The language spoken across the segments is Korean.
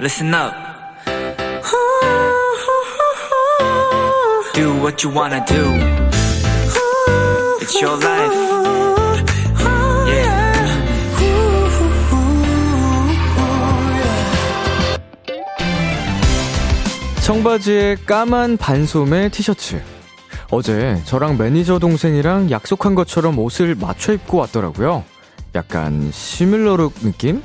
Listen up. Do what you wanna do. It's your life. Yeah. 청바지에 까만 반소매 티셔츠. 어제 저랑 매니저 동생이랑 약속한 것처럼 옷을 맞춰 입고 왔더라고요. 약간 시밀러룩 느낌?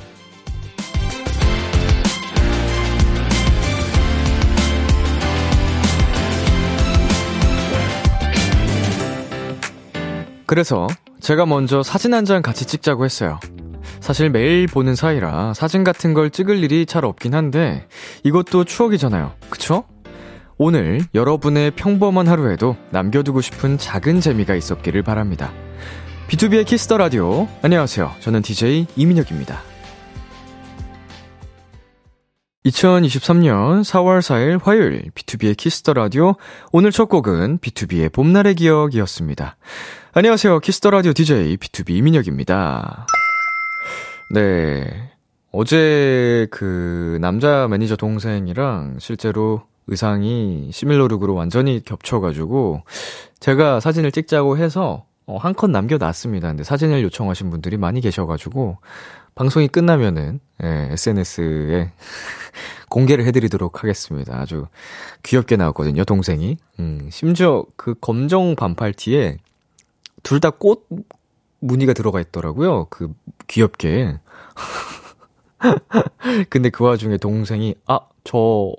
그래서 제가 먼저 사진 한 장 같이 찍자고 했어요. 사실 매일 보는 사이라 사진 같은 걸 찍을 일이 잘 없긴 한데 이것도 추억이잖아요. 그쵸? 오늘 여러분의 평범한 하루에도 남겨두고 싶은 작은 재미가 있었기를 바랍니다. B2B의 키스터 라디오. 안녕하세요. 저는 DJ 이민혁입니다. 2023년 4월 4일 화요일 B2B의 키스터 라디오. 오늘 첫 곡은 B2B의 봄날의 기억이었습니다. 안녕하세요. 키스터 라디오 DJ B2B 이민혁입니다. 네. 어제 그 남자 매니저 동생이랑 실제로 의상이 시밀러룩으로 완전히 겹쳐가지고 제가 사진을 찍자고 해서 어, 한 컷 남겨놨습니다. 근데 사진을 요청하신 분들이 많이 계셔가지고 방송이 끝나면은 예, SNS에 공개를 해드리도록 하겠습니다. 아주 귀엽게 나왔거든요, 동생이. 음, 심지어 그 검정 반팔 티에 둘 다 꽃 무늬가 들어가 있더라고요. 그 귀엽게. 근데 그 와중에 동생이 아, 저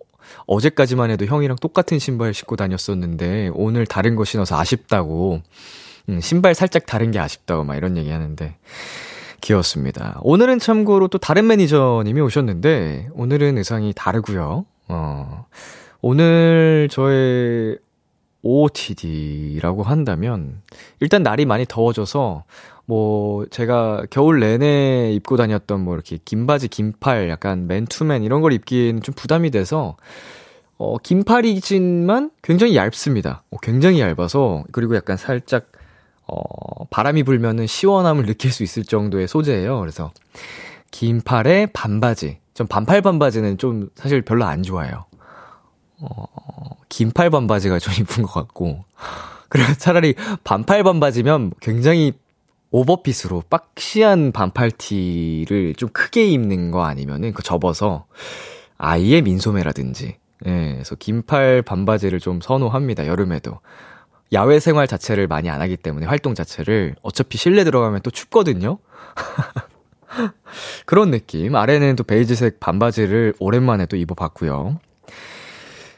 어제까지만 해도 형이랑 똑같은 신발 신고 다녔었는데 오늘 다른 거 신어서 아쉽다고. 음, 신발 살짝 다른 게 아쉽다고 막 이런 얘기 하는데 귀여웠습니다. 오늘은 참고로 또 다른 매니저님이 오셨는데 오늘은 의상이 다르고요. 어. 오늘 저의 OOTD라고 한다면 일단 날이 많이 더워져서 뭐 제가 겨울 내내 입고 다녔던 뭐 이렇게 긴 바지 긴팔 약간 맨투맨 이런 걸 입기에는 좀 부담이 돼서 어 긴팔이지만 굉장히 얇습니다. 어, 굉장히 얇아서 그리고 약간 살짝 어, 바람이 불면은 시원함을 느낄 수 있을 정도의 소재예요. 그래서 긴 팔에 반바지. 전 반팔 반바지는 좀 사실 별로 안 좋아해요. 어, 긴 팔 반바지가 좀 이쁜 것 같고. 그래서 차라리 반팔 반바지면 굉장히 오버핏으로 박시한 반팔 티를 좀 크게 입는 거 아니면은 그 접어서 아예 민소매라든지. 예, 그래서 긴팔 반바지를 좀 선호합니다. 여름에도. 야외 생활 자체를 많이 안 하기 때문에 활동 자체를 어차피 실내 들어가면 또 춥거든요. 그런 느낌. 아래는 또 베이지색 반바지를 오랜만에 또 입어봤고요.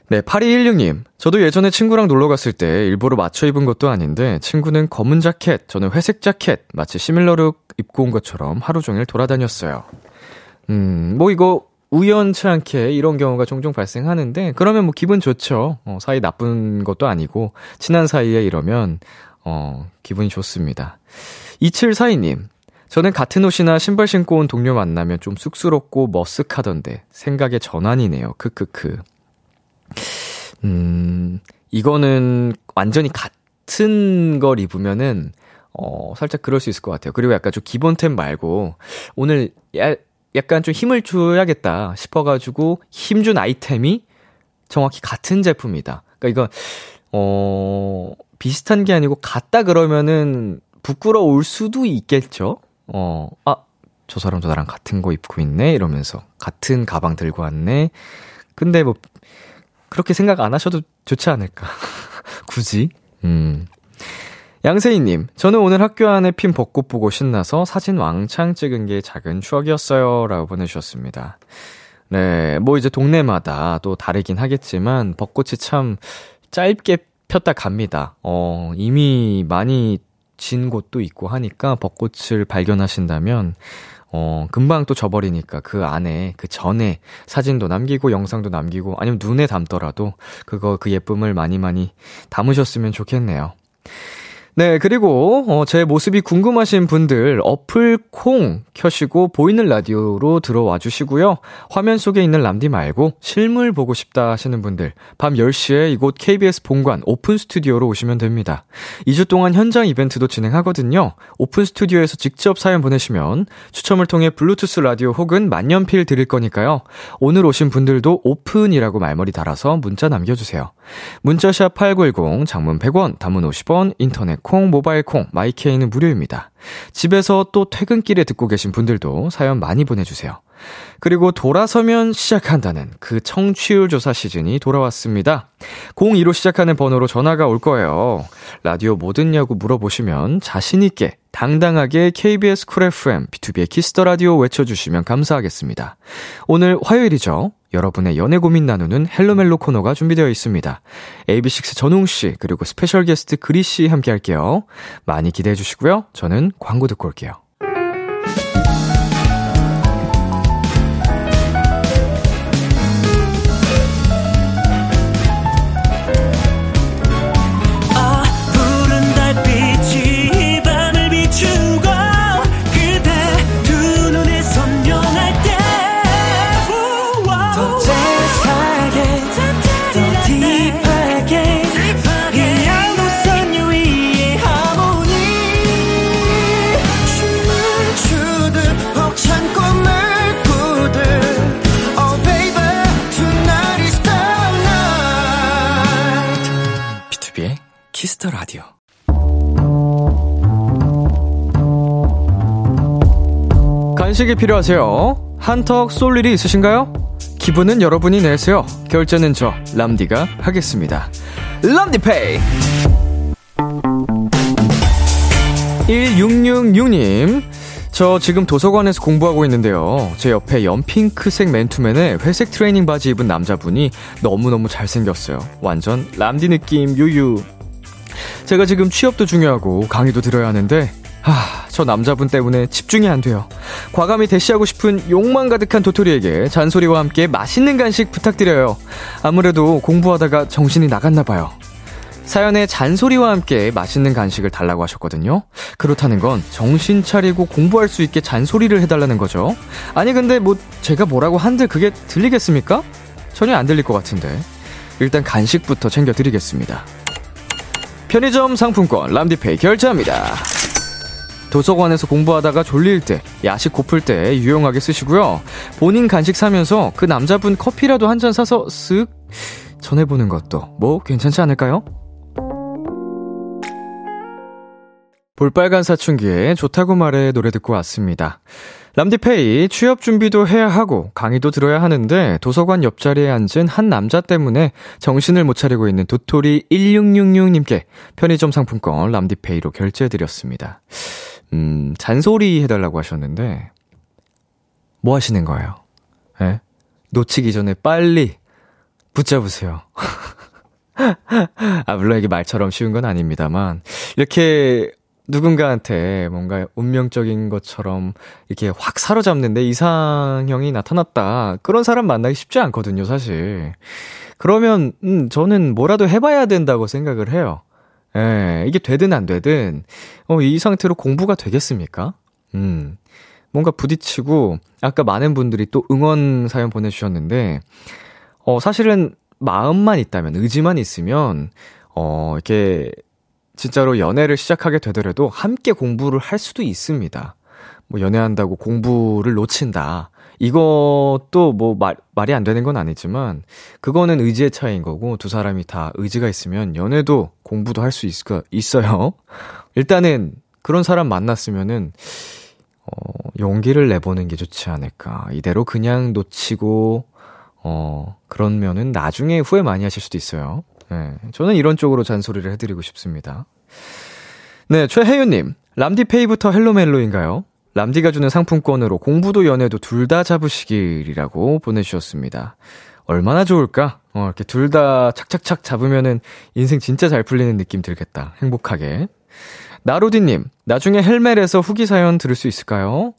네, 8216님. 저도 예전에 친구랑 놀러 갔을 때 일부러 맞춰 입은 것도 아닌데 친구는 검은 자켓, 저는 회색 자켓, 마치 시밀러룩 입고 온 것처럼 하루 종일 돌아다녔어요. 음, 뭐 이거 우연치 않게 이런 경우가 종종 발생하는데 그러면 뭐 기분 좋죠. 어, 사이 나쁜 것도 아니고 친한 사이에 이러면 어, 기분이 좋습니다. 2742님. 저는 같은 옷이나 신발 신고 온 동료 만나면 좀 쑥스럽고 머쓱하던데 생각의 전환이네요. 크크크. 음, 이거는 완전히 같은 걸 입으면은 어, 살짝 그럴 수 있을 것 같아요. 그리고 약간 좀 기본템 말고 오늘 야, 약간 좀 힘을 줘야겠다 싶어가지고 힘 준 아이템이 정확히 같은 제품이다. 그러니까 이건 어 비슷한 게 아니고 같다 그러면은 부끄러울 수도 있겠죠. 어 아 저 사람도 나랑 같은 거 입고 있네 이러면서 같은 가방 들고 왔네. 근데 뭐 그렇게 생각 안 하셔도 좋지 않을까. 굳이 음. 양세희님, 저는 오늘 학교 안에 핀 벚꽃 보고 신나서 사진 왕창 찍은 게 작은 추억이었어요. 라고 보내주셨습니다. 네, 뭐 이제 동네마다 또 다르긴 하겠지만, 벚꽃이 참 짧게 폈다 갑니다. 어, 이미 많이 진 곳도 있고 하니까 벚꽃을 발견하신다면, 어, 금방 또 져버리니까 그 안에, 그 전에 사진도 남기고 영상도 남기고 아니면 눈에 담더라도 그거 그 예쁨을 많이 많이 담으셨으면 좋겠네요. 네, 그리고 어, 제 모습이 궁금하신 분들 어플 콩 켜시고 보이는 라디오로 들어와 주시고요. 화면 속에 있는 람디 말고 실물 보고 싶다 하시는 분들 밤 10시에 이곳 KBS 본관 오픈 스튜디오로 오시면 됩니다. 2주 동안 현장 이벤트도 진행하거든요. 오픈 스튜디오에서 직접 사연 보내시면 추첨을 통해 블루투스 라디오 혹은 만년필 드릴 거니까요. 오늘 오신 분들도 오픈이라고 말머리 달아서 문자 남겨주세요. 문자샵 8910, 장문 100원, 단문 50원, 인터넷 콩, 모바일 콩, 마이케이는 무료입니다. 집에서 또 퇴근길에 듣고 계신 분들도 사연 많이 보내주세요. 그리고 돌아서면 시작한다는 그 청취율 조사 시즌이 돌아왔습니다. 02로 시작하는 번호로 전화가 올 거예요. 라디오 뭐 듣냐고 물어보시면 자신있게 당당하게 KBS 쿨 FM, B2B의 키스터 라디오 외쳐주시면 감사하겠습니다. 오늘 화요일이죠. 여러분의 연애 고민 나누는 헬로멜로 코너가 준비되어 있습니다. AB6 전웅씨, 그리고 스페셜 게스트 그리씨 함께 할게요. 많이 기대해 주시고요. 저는 광고 듣고 올게요. 아 푸른 달빛이 이 밤을 비추고 그대 두 눈이 선명할 때더 재사하게 더 딥하게 이 양도선 유위의 하모니 춤을 추듯 벅찬 꿈을 꾸듯 Oh baby tonight is the night B2B의 키스터 라디오. 간식이 필요하세요? 한턱 쏠 일이 있으신가요? 기분은 여러분이 내세요. 결제는 저 람디가 하겠습니다. 람디페이. 1666님. 저 지금 도서관에서 공부하고 있는데요. 제 옆에 연핑크색 맨투맨에 회색 트레이닝 바지 입은 남자분이 너무너무 잘생겼어요. 완전 람디 느낌 유유. 제가 지금 취업도 중요하고 강의도 들어야 하는데 하, 저 남자분 때문에 집중이 안 돼요. 과감히 대시하고 싶은 욕망 가득한 도토리에게 잔소리와 함께 맛있는 간식 부탁드려요. 아무래도 공부하다가 정신이 나갔나 봐요. 사연에 잔소리와 함께 맛있는 간식을 달라고 하셨거든요. 그렇다는 건 정신 차리고 공부할 수 있게 잔소리를 해달라는 거죠. 아니 근데 뭐 제가 뭐라고 한들 그게 들리겠습니까? 전혀 안 들릴 것 같은데. 일단 간식부터 챙겨드리겠습니다. 편의점 상품권 람디페이 결제합니다. 도서관에서 공부하다가 졸릴 때, 야식 고플 때 유용하게 쓰시고요. 본인 간식 사면서 그 남자분 커피라도 한 잔 사서 쓱 전해보는 것도 뭐 괜찮지 않을까요? 볼빨간 사춘기에 좋다고 말해 노래 듣고 왔습니다. 람디페이 취업 준비도 해야 하고 강의도 들어야 하는데 도서관 옆자리에 앉은 한 남자 때문에 정신을 못 차리고 있는 도토리 1666님께 편의점 상품권 람디페이로 결제해드렸습니다. 음, 잔소리 해달라고 하셨는데, 뭐 하시는 거예요? 예? 놓치기 전에 빨리 붙잡으세요. 아, 물론 이게 말처럼 쉬운 건 아닙니다만, 이렇게 누군가한테 뭔가 운명적인 것처럼 이렇게 확 사로잡는데 이상형이 나타났다. 그런 사람 만나기 쉽지 않거든요, 사실. 그러면, 음, 저는 뭐라도 해봐야 된다고 생각을 해요. 예, 이게 되든 안 되든, 어, 이 상태로 공부가 되겠습니까? 음, 뭔가 부딪히고, 아까 많은 분들이 또 응원 사연 보내주셨는데, 어, 사실은 마음만 있다면, 의지만 있으면, 어, 이렇게, 진짜로 연애를 시작하게 되더라도 함께 공부를 할 수도 있습니다. 뭐, 연애한다고 공부를 놓친다. 이것도 뭐 말, 말이 안 되는 건 아니지만, 그거는 의지의 차이인 거고, 두 사람이 다 의지가 있으면 연애도 공부도 할 수 있을, 거- 있어요. 일단은 그런 사람 만났으면은, 어, 용기를 내보는 게 좋지 않을까. 이대로 그냥 놓치고, 어, 그러면은 나중에 후회 많이 하실 수도 있어요. 예. 저는 이런 쪽으로 잔소리를 해드리고 싶습니다. 네, 최혜윤님. 람디페이부터 헬로멜로인가요? 람디가 주는 상품권으로 공부도 연애도 둘 다 잡으시길이라고 보내주셨습니다. 얼마나 좋을까? 어, 이렇게 둘 다 착착착 잡으면은 인생 진짜 잘 풀리는 느낌 들겠다. 행복하게. 나로디님, 나중에 헬멜에서 후기 사연 들을 수 있을까요?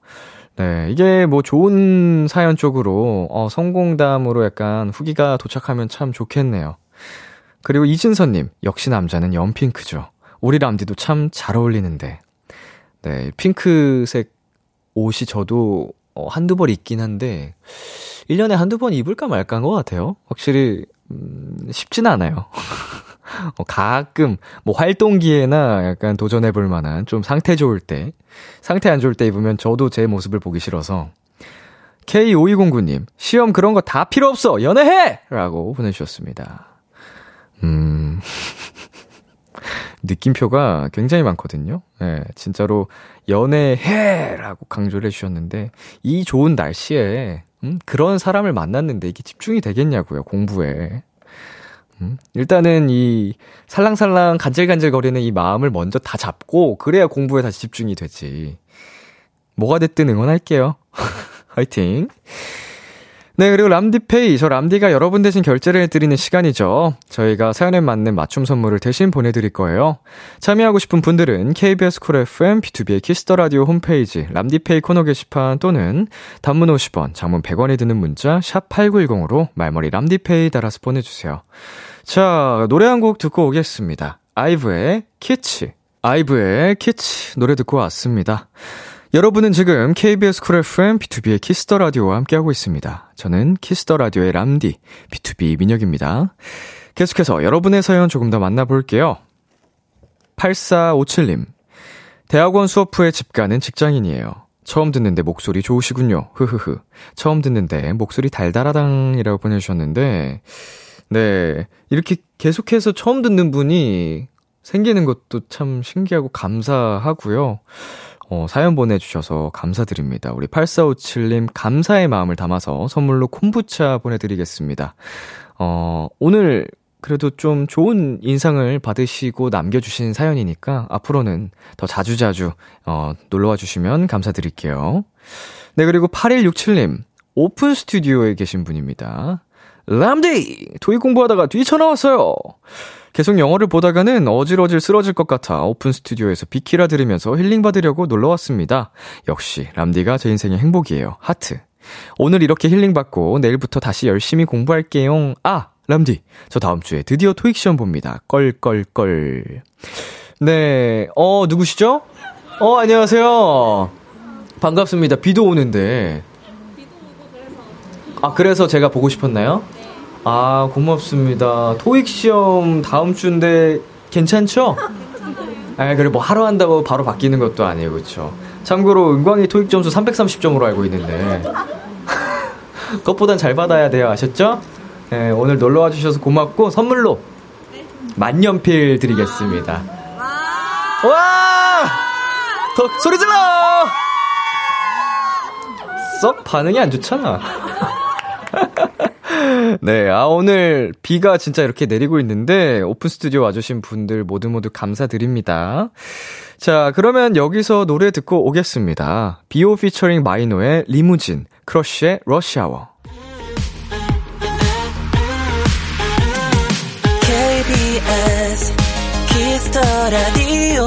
네, 이게 뭐 좋은 사연 쪽으로, 어, 성공담으로 약간 후기가 도착하면 참 좋겠네요. 그리고 이진선님, 역시 남자는 연핑크죠. 오리람디도 참 잘 어울리는데. 네, 핑크색 옷이 저도 어, 한두 벌 있긴 한데, 1년에 한두 번 입을까 말까 한 것 같아요. 확실히, 음, 쉽진 않아요. 어, 가끔, 뭐, 활동기에나 약간 도전해볼 만한, 좀 상태 좋을 때, 상태 안 좋을 때 입으면 저도 제 모습을 보기 싫어서, K5209님, 시험 그런 거 다 필요 없어! 연애해! 라고 보내주셨습니다. 음. 느낌표가 굉장히 많거든요. 예, 진짜로 연애해라고 강조를 해주셨는데 이 좋은 날씨에 음, 그런 사람을 만났는데 이게 집중이 되겠냐고요 공부에. 음, 일단은 이 살랑살랑 간질간질거리는 이 마음을 먼저 다 잡고 그래야 공부에 다시 집중이 되지. 뭐가 됐든 응원할게요. 화이팅. 네, 그리고 람디페이. 저 람디가 여러분 대신 결제를 해드리는 시간이죠. 저희가 사연에 맞는 맞춤 선물을 대신 보내드릴 거예요. 참여하고 싶은 분들은 KBS 쿨 FM, B2B의 키스터 라디오 홈페이지, 람디페이 코너 게시판 또는 단문 50원, 장문 100원이 드는 문자, 샵8910으로 말머리 람디페이 달아서 보내주세요. 자, 노래 한 곡 듣고 오겠습니다. 아이브의 키치. 아이브의 키치. 노래 듣고 왔습니다. 여러분은 지금 KBS 쿨 FM B2B의 키스터 라디오와 함께하고 있습니다. 저는 키스터 라디오의 람디 B2B 민혁입니다. 계속해서 여러분의 사연 조금 더 만나볼게요. 8457님. 대학원 수업 후에 집 가는 직장인이에요. 처음 듣는데 목소리 좋으시군요. 흐흐흐. 처음 듣는데 목소리 달달하당이라고 보내주셨는데, 네. 이렇게 계속해서 처음 듣는 분이 생기는 것도 참 신기하고 감사하고요. 어, 사연 보내주셔서 감사드립니다. 우리 8457님 감사의 마음을 담아서 선물로 콤부차 보내드리겠습니다. 어, 오늘 그래도 좀 좋은 인상을 받으시고 남겨주신 사연이니까 앞으로는 더 자주자주 어, 놀러와 주시면 감사드릴게요. 네, 그리고 8167님 오픈 스튜디오에 계신 분입니다. 람디! 도입 공부하다가 뛰쳐나왔어요! 계속 영어를 보다가는 어질어질 쓰러질 것 같아 오픈 스튜디오에서 비키라 들으면서 힐링 받으려고 놀러 왔습니다. 역시 람디가 제 인생의 행복이에요. 하트. 오늘 이렇게 힐링 받고 내일부터 다시 열심히 공부할게요. 아, 람디. 저 다음 주에 드디어 토익 시험 봅니다. 껄껄껄. 네. 어, 누구시죠? 어, 안녕하세요. 반갑습니다. 비도 오는데. 아, 그래서 제가 보고 싶었나요? 아, 고맙습니다. 토익 시험 다음 주인데 괜찮죠? 아, 그래 뭐 하루 한다고 바로 바뀌는 것도 아니에요. 그렇죠. 참고로 은광이 토익 점수 330점으로 알고 있는데. 그것보단 잘 받아야 돼요. 아셨죠? 네, 오늘 놀러 와 주셔서 고맙고 선물로 네. 만년필 드리겠습니다. 와! 더 소리 질러! 썩 반응이 안 좋잖아. 네, 아, 오늘 비가 진짜 이렇게 내리고 있는데, 오픈 스튜디오 와주신 분들 모두 모두 감사드립니다. 자, 그러면 여기서 노래 듣고 오겠습니다. 비오 피처링 마이노의 리무진, 크러쉬의 러시아워. KBS 키스터 라디오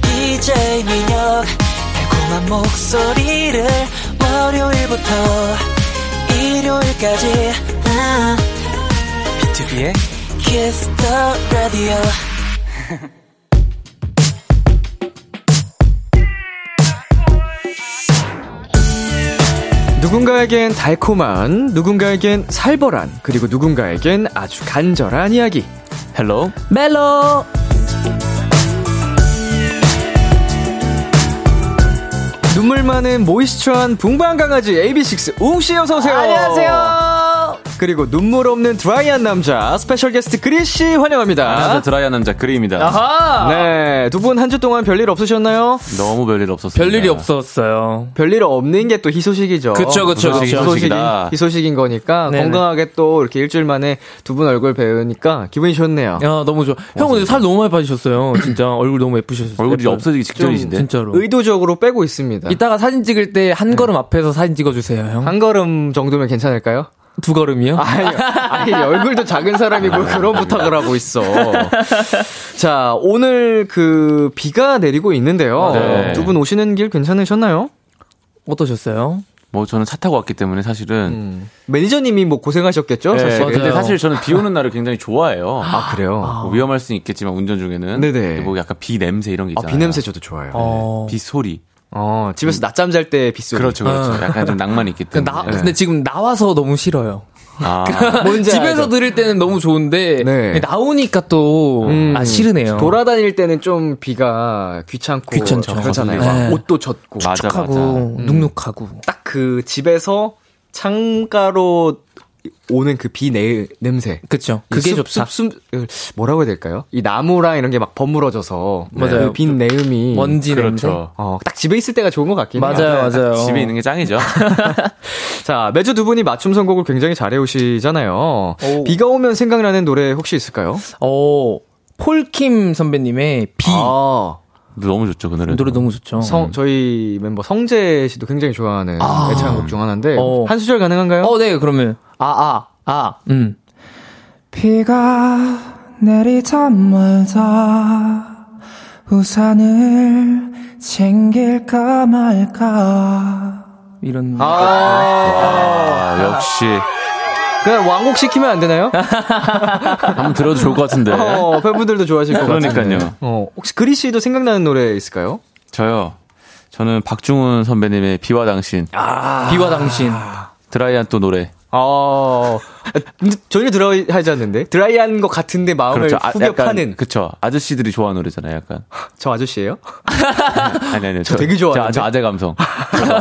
DJ 민혁 달콤한 목소리를 월요일부터 일요일까지 비투비의 키스터 라디오 누군가에겐 달콤한, 누군가에겐 살벌한, 그리고 누군가에겐 아주 간절한 이야기. 헬로, 멜로 눈물 많은 모이스처한 붕방 강아지 AB6 웅씨 어서오세요. 그리고 눈물 없는 드라이한 남자 스페셜 게스트 그리 씨 안녕하세요 환영합니다. 드라이한 남자 그리입니다 아. 아하! 네, 두 분 한 주 동안 별일 없으셨나요? 너무 별일 없었어요 별일이 없었어요. 별일 없는 게 또 희소식이죠. 그쵸, 그쵸, 그쵸. 희소식인, 희소식이다. 희소식인 거니까 네네. 건강하게 또 이렇게 일주일 만에 두 분 얼굴 배우니까 기분이 좋네요. 야, 너무 좋아. 형, 근데 살 너무 많이 빠지셨어요. 진짜. 얼굴 너무 예쁘셨어요. 얼굴이 예뻐요. 없어지기 직전이신데 진짜로. 의도적으로 빼고 있습니다. 이따가 사진 찍을 때 한 걸음 앞에서 사진 찍어주세요, 형. 한 걸음 정도면 괜찮을까요? 두 걸음이요? 아니, 아니 얼굴도 작은 사람이 뭘 그런 부탁을 하고 있어. 자, 오늘 그 비가 내리고 있는데요. 네. 두 분 오시는 길 괜찮으셨나요? 어떠셨어요? 뭐 저는 차 타고 왔기 때문에 사실은 음. 매니저님이 뭐 고생하셨겠죠? 네, 사실. 근데 그렇죠. 맞아요. 사실 저는 비 오는 날을 굉장히 좋아해요. 아, 그래요? 아, 뭐 위험할 수는 있겠지만 운전 중에는 네네. 근데 뭐 약간 비 냄새 이런 게 있잖아요. 비냄새 저도 좋아요. 어, 네. 어. 비 소리. 집에서 낮잠 잘 때 빗소리. 그렇죠, 그렇죠. 약간 좀 낭만이 있기 그 때문에. 나, 근데 지금 나와서 너무 싫어요. 아, 뭔지 집에서 알죠? 들을 때는 너무 좋은데 네. 나오니까 또 음. 아, 싫으네요. 돌아다닐 때는 좀 비가 귀찮고 귀찮죠. 그렇잖아요. 네. 막 옷도 젖고 맞아, 맞아. 하고 눅눅하고 딱 그 집에서 창가로 오는 그 비 냄새. 그쵸. 이 그게 숲, 좋다. 숲, 숲, 으, 뭐라고 해야 될까요? 이 나무랑 이런 게 막 버무러져서 네. 맞아요. 그빈 내음이 먼지 냄새. 그렇죠. 어, 딱 집에 있을 때가 좋은 것 같긴 해요. 네. 맞아요, 맞아요. 집에 있는 게 짱이죠. 자, 매주 두 분이 맞춤 선곡을 굉장히 잘해오시잖아요. 오. 비가 오면 생각나는 노래 혹시 있을까요? 어, 폴킴 선배님의 비 아, 너무 좋죠, 그 노래. 노래 너무 좋죠. 어. 성, 저희 멤버 성재 씨도 굉장히 좋아하는 아. 애창곡 중 하나인데, 어. 한 수절 가능한가요? 어, 네, 그러면. 아, 아, 아, 음. 비가 내리자마자 우산을 챙길까 말까 이런. 아, 아, 역시. 그냥 왕곡시키면 안 되나요? 아, 한번 들어도 좋을 것 같은데. 어, 팬분들도 좋아하실 것 같아요. 그러니까요. 어, 혹시 그리 씨도 생각나는 노래 있을까요? 저요. 저는 박중훈 선배님의 비와 당신, 아. 비와 당신. 드라이한 또 노래. 아. 어, 근데 전혀 드라이하지 않는데? 드라이한 것 같은데 마음을 아, 후벼 파는 약간, 그쵸. 아저씨들이 좋아하는 노래잖아요, 약간. 저 아저씨예요 아니, 아니, 저 되게 좋아하는데? 저, 저 아재 감성. 그렇죠.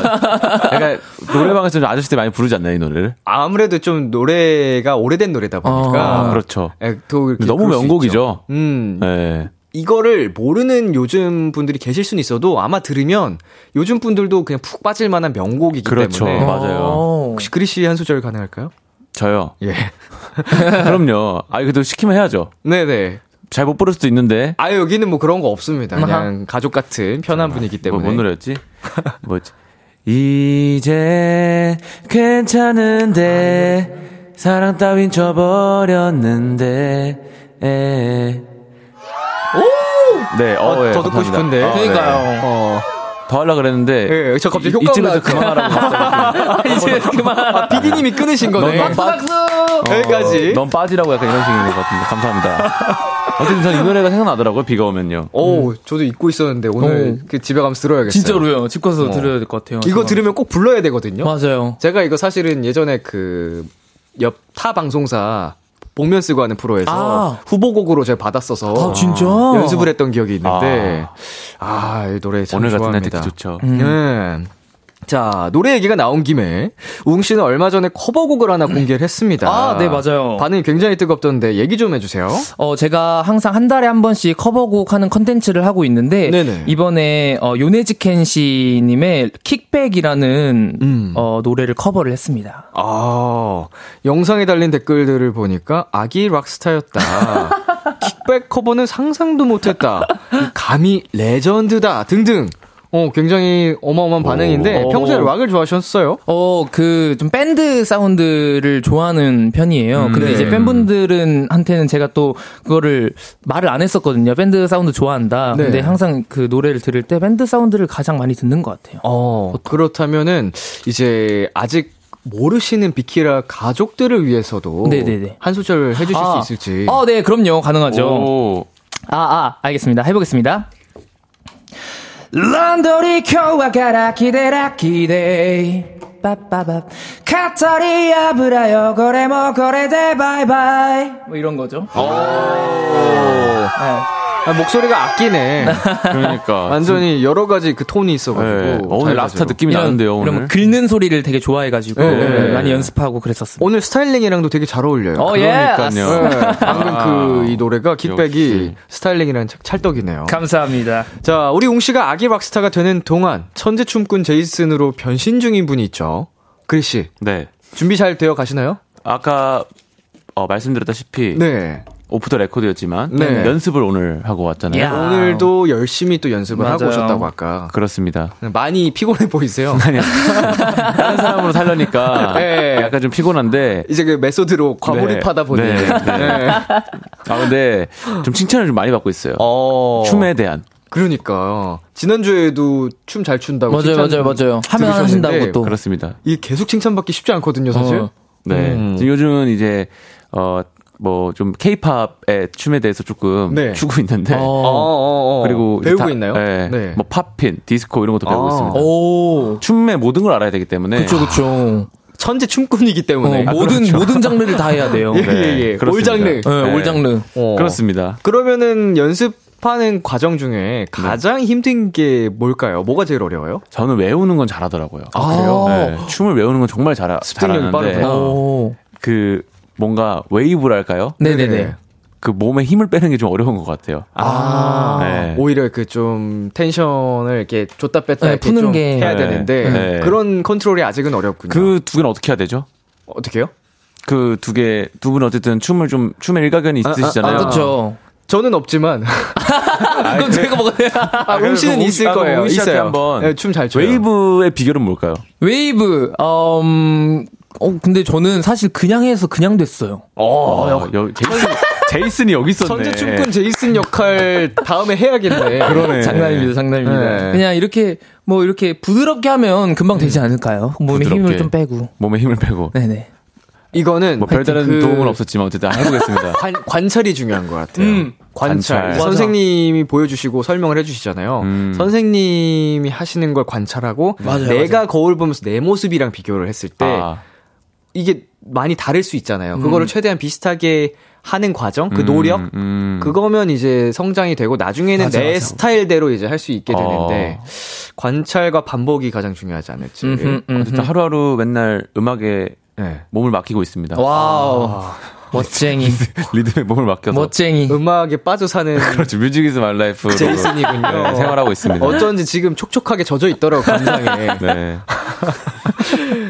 약간, 노래방에서 좀 아저씨들 많이 부르지 않나요, 이 노래를? 아무래도 좀 노래가 오래된 노래다 보니까. 아, 그렇죠. 예, 또 이렇게 너무 그럴 수 명곡이죠. 있죠. 음. 예. 이거를 모르는 요즘 분들이 계실 수는 있어도 아마 들으면 요즘 분들도 그냥 푹 빠질 만한 명곡이기 그렇죠. 때문에. 어. 맞아요. 어. 혹시 그리 씨 한 소절 가능할까요? 저요. 예. 그럼요. 아, 그래도 시키면 해야죠. 네네. 잘 못 부를 수도 있는데. 아, 여기는 뭐 그런 거 없습니다. 그냥 가족 같은 편한 분이기 뭐, 때문에. 뭔 노래였지? 뭐였지? 이제 괜찮은데 사랑 따윈 져버렸는데 예. 에. 네, 어, 어, 예, 더 듣고 감사합니다. 싶은데. 어, 네. 그러니까요. 어. 더 하려고 그랬는데 예, 저 갑자기 이- 효과음 이쯤에서 나왔어요. 그만하라고 갑자기 어, 이제 그만. 아, PD님이 끊으신 거네. 아, 넌 빠- 여기까지. 어, 넌 빠지라고 약간 이런 식인 것 같은데 감사합니다 어쨌든 전 이 노래가 생각나더라고요 비가 오면요 오, 저도 잊고 있었는데 오늘 그 집에 가면 들어야겠어요. 진짜로요. 집 가서 어. 들어야 될 것 같아요. 이거 제가. 들으면 꼭 불러야 되거든요. 맞아요. 제가 이거 사실은 예전에 그 옆 타 방송사 복면 쓰고 하는 프로에서 아. 후보곡으로 제가 받았어서 아, 진짜? 연습을 했던 기억이 있는데 아, 이 노래 참 오늘 같은 날 좋아합니다. 특히 좋죠 음. 네. 자, 노래 얘기가 나온 김에 우웅 씨는 얼마 전에 커버곡을 하나 공개를 했습니다. 아, 네, 맞아요. 반응이 굉장히 뜨겁던데 얘기 좀 해주세요. 어, 제가 항상 한 달에 한 번씩 커버곡 하는 컨텐츠를 하고 있는데, 네네. 이번에, 어, 요네즈켄 씨님의 킥백이라는, 음. 어, 노래를 커버를 했습니다. 아, 영상에 달린 댓글들을 보니까 아기 락스타였다. 킥백 커버는 상상도 못했다. 감히 레전드다. 등등. 어, 굉장히 어마어마한 반응인데 오. 평소에 락을 좋아하셨어요? 어, 그, 좀 밴드 사운드를 좋아하는 편이에요. 근데 네. 이제 팬분들은, 한테는 제가 또, 그거를 말을 안 했었거든요. 밴드 사운드 좋아한다. 네. 근데 항상 그 노래를 들을 때 밴드 사운드를 가장 많이 듣는 것 같아요. 어, 그렇다면은 이제 아직 모르시는 비키라 가족들을 위해서도 네네네. 한 소절 해주실 수 아. 있을지. 어, 네, 그럼요. 가능하죠. 오. 아, 아, 알겠습니다. 해보겠습니다. 런돌이 겨와가라 기대라 기대 빠빠밥 카타리 아브라요 거래 뭐 거래대 바이바이 뭐 이런 거죠. 아, 목소리가 아끼네. 그러니까 완전히 여러 가지 그 톤이 있어가지고. 예. 어, 오늘 자유자재로. 락스타 느낌이 이런, 나는데요 이런 오늘 거 긁는 소리를 되게 좋아해가지고 네. 많이 연습하고 그랬었습니다. 오늘 스타일링이랑도 되게 잘 어울려요. 어, 예. 그러니까요. 아싸. 네, 방금 그 이 노래가 킥백이 역시. 스타일링이랑 찰- 찰떡이네요. 감사합니다. 자, 우리 웅 씨가 아기 락스타가 되는 동안 천재 춤꾼 제이슨으로 변신 중인 분이 있죠. 그리 씨 네 준비 잘 되어 가시나요? 아까 어, 말씀드렸다시피 네. 오프 더 레코드였지만 네. 연습을 오늘 하고 왔잖아요. 야. 아. 오늘도 열심히 또 연습을 하고 맞아요. 오셨다고 아까. 그렇습니다. 많이 피곤해 보이세요. 다른 사람으로 살려니까 예. 약간 좀 피곤한데 이제 그 메소드로 과몰입하다 보니. 네, 네. 네. 아 근데 좀 칭찬을 좀 많이 받고 있어요. 어. 춤에 대한 그러니까 지난주에도 춤 잘 춘다고 맞아요, 칭찬 맞아요, 맞아요. 하면 들으셨는데 하신다고 또. 그렇습니다. 이 계속 칭찬받기 쉽지 않거든요, 사실. 어. 네. 음. 지금 요즘은 이제 어 뭐 좀 케이팝의 춤에 대해서 조금 네. 추고 있는데 어. 어, 어, 어. 그리고 이제 배우고 다- 있나요? 네. 뭐 팝핀, 디스코 이런 것도 배우고 아. 있습니다. 오. 춤의 모든 걸 알아야 되기 때문에 그쵸, 그쵸. 천재 춤꾼이기 어, 때문에 아, 모든, 모든 장르를 다 해야 돼요. 예, 네. 예, 예. 그렇습니다. 올 장르. 네. 올 장르. 어. 그렇습니다. 그러면은 연습하는 과정 중에 네. 가장 힘든 게 뭘까요? 뭐가 제일 어려워요? 저는 외우는 건 잘하더라고요. 그래요? 네. 춤을 외우는 건 정말 잘 습득력이 잘하는데 아. 어. 빠르구나. 오. 그 뭔가 웨이브랄까요? 네네네. 그 몸에 힘을 빼는 게 좀 어려운 것 같아요. 아, 네. 오히려 그 좀 텐션을 이렇게 줬다 뺐다 네, 이렇게 푸는 좀 게. 해야 네. 되는데 네. 그런 컨트롤이 아직은 어렵군요. 그 두 개는 어떻게 해야 되죠? 어떻게요? 그 두 개 두 분 어쨌든 춤을 좀 춤의 일가견이 아, 있으시잖아요. 그렇죠. 그쵸. 저는 없지만 그럼 제가 먹어야. 아, 웅 씨는 그래도 웅 씨- 있을 아, 거예요. 웅 씨한테 있어요. 한번 네, 춤잘 춰요. 웨이브의 비결은 뭘까요? 웨이브, 음, 어, 근데 저는 사실 그냥 해서 그냥 됐어요. 어, 여- 제이슨, 제이슨이 여기 있었네. 천재 춤꾼 제이슨 역할 다음에 해야겠네. 그러네. 장난입니다, 장난입니다. 네. 그냥 이렇게, 뭐, 이렇게 부드럽게 하면 금방 되지 않을까요? 몸에 힘을 부드럽게. 좀 빼고. 몸에 힘을 빼고. 네네. 이거는 뭐 별다른 하여튼 그 도움은 없었지만 어쨌든 해보겠습니다. 관, 관찰이 중요한 것 같아요. 관찰. 관찰. 이제 선생님이 보여주시고 설명을 해주시잖아요. 음. 선생님이 하시는 걸 관찰하고 맞아요, 내가 거울 보면서 내 모습이랑 비교를 했을 때 아, 이게 많이 다를 수 있잖아요. 그거를 최대한 비슷하게 하는 과정, 그 음, 노력, 음. 그거면 이제 성장이 되고 나중에는 맞아, 내 맞아. 스타일대로 이제 할 수 있게 어. 되는데 관찰과 반복이 가장 중요하지 않을지. 음흠, 어쨌든 음흠. 하루하루 맨날 음악에 네. 몸을 맡기고 있습니다. 와우. 아. 멋쟁이. 리듬에 몸을 맡겨서. 멋쟁이. 음악에 빠져 사는 그렇죠. 뮤직 이즈 마이 라이프. 제이슨이군요. 네, 생활하고 있습니다. 어쩐지 지금 촉촉하게 젖어 있더라고 감상에. 네.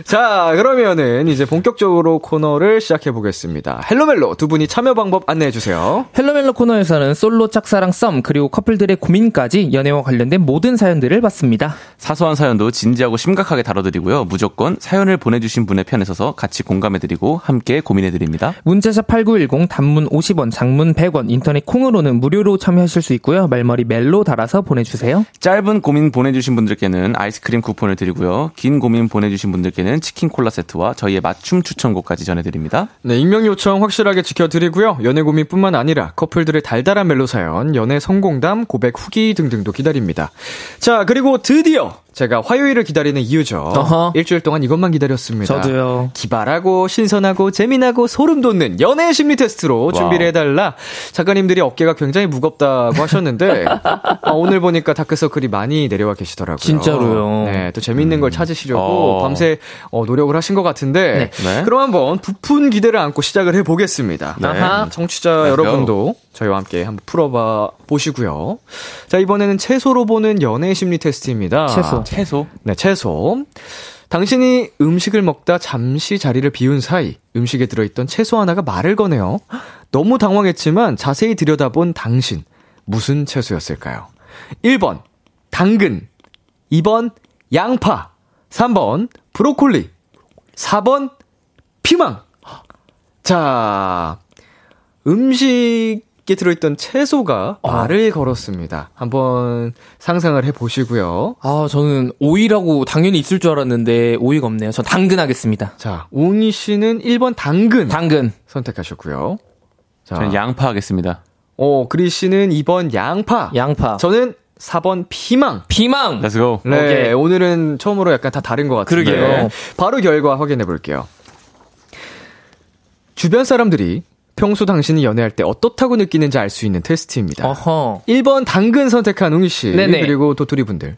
자, 그러면은 이제 본격적으로 코너를 시작해 보겠습니다. 헬로멜로 두 분이 참여 방법 안내해 주세요. 헬로멜로 코너에서는 솔로 짝사랑 썸 그리고 커플들의 고민까지 연애와 관련된 모든 사연들을 봤습니다. 사소한 사연도 진지하고 심각하게 다뤄드리고요. 무조건 사연을 보내주신 분의 편에 서서 같이 공감해드리고 함께 고민해드립니다. 문자샵 8910 단문 50원, 장문 100원, 인터넷 콩으로는 무료로 참여하실 수 있고요. 말머리 멜로 달아서 보내주세요. 짧은 고민 보내주신 분들께는 아이스크림 쿠폰을 드리고요. 긴 고민 보내주신 분들께는 치킨 콜라 세트와 저희의 맞춤 추천곡까지 전해드립니다. 네, 익명 요청 확실하게 지켜드리고요. 연애 고민뿐만 아니라 커플들의 달달한 멜로 사연, 연애 성공담, 고백 후기 등등도 기다립니다. 자, 그리고 드디어 제가 화요일을 기다리는 이유죠. 어허. 일주일 동안 이것만 기다렸습니다. 저도요. 기발하고 신선하고 재미나고 소름 돋는 연애 심리 테스트로 준비를 해달라. 작가님들이 어깨가 굉장히 무겁다고 하셨는데 아, 오늘 보니까 다크서클이 많이 내려와 계시더라고요. 진짜로요. 음. 네, 또 재밌는 걸 찾으시려고 어. 밤새 어, 노력을 하신 것 같은데 네. 그럼 한번 부푼 기대를 안고 시작을 해보겠습니다. 아하. 청취자 여러분도 저희와 함께 한번 풀어봐 보시고요. 자 이번에는 채소로 보는 연애 심리 테스트입니다. 채소. 채소. 네, 채소. 당신이 음식을 먹다 잠시 자리를 비운 사이 음식에 들어있던 채소 하나가 말을 거네요. 너무 당황했지만 자세히 들여다본 당신. 무슨 채소였을까요? 1번, 당근. 2번, 양파. 3번, 브로콜리. 4번, 피망. 자, 음식에 들어있던 채소가 말을 걸었습니다. 한번 상상을 해보시고요. 아, 저는 오이라고 당연히 있을 줄 알았는데 오이가 없네요. 저 당근 하겠습니다. 자, 웅이 씨는 1번 당근 당근. 선택하셨고요. 자, 아. 저는 양파 하겠습니다. 어, 그리 씨는 2번 양파. 양파. 저는 4번 피망. 비망. Let's go. 네, 오케이. 오늘은 처음으로 약간 다 다른 것 같은데. 그러게요. 바로 결과 확인해 볼게요. 주변 사람들이 평소 당신이 연애할 때 어떻다고 느끼는지 알 수 있는 테스트입니다. 어허. 1번 당근 선택한 웅이 씨 네네. 그리고 도토리 분들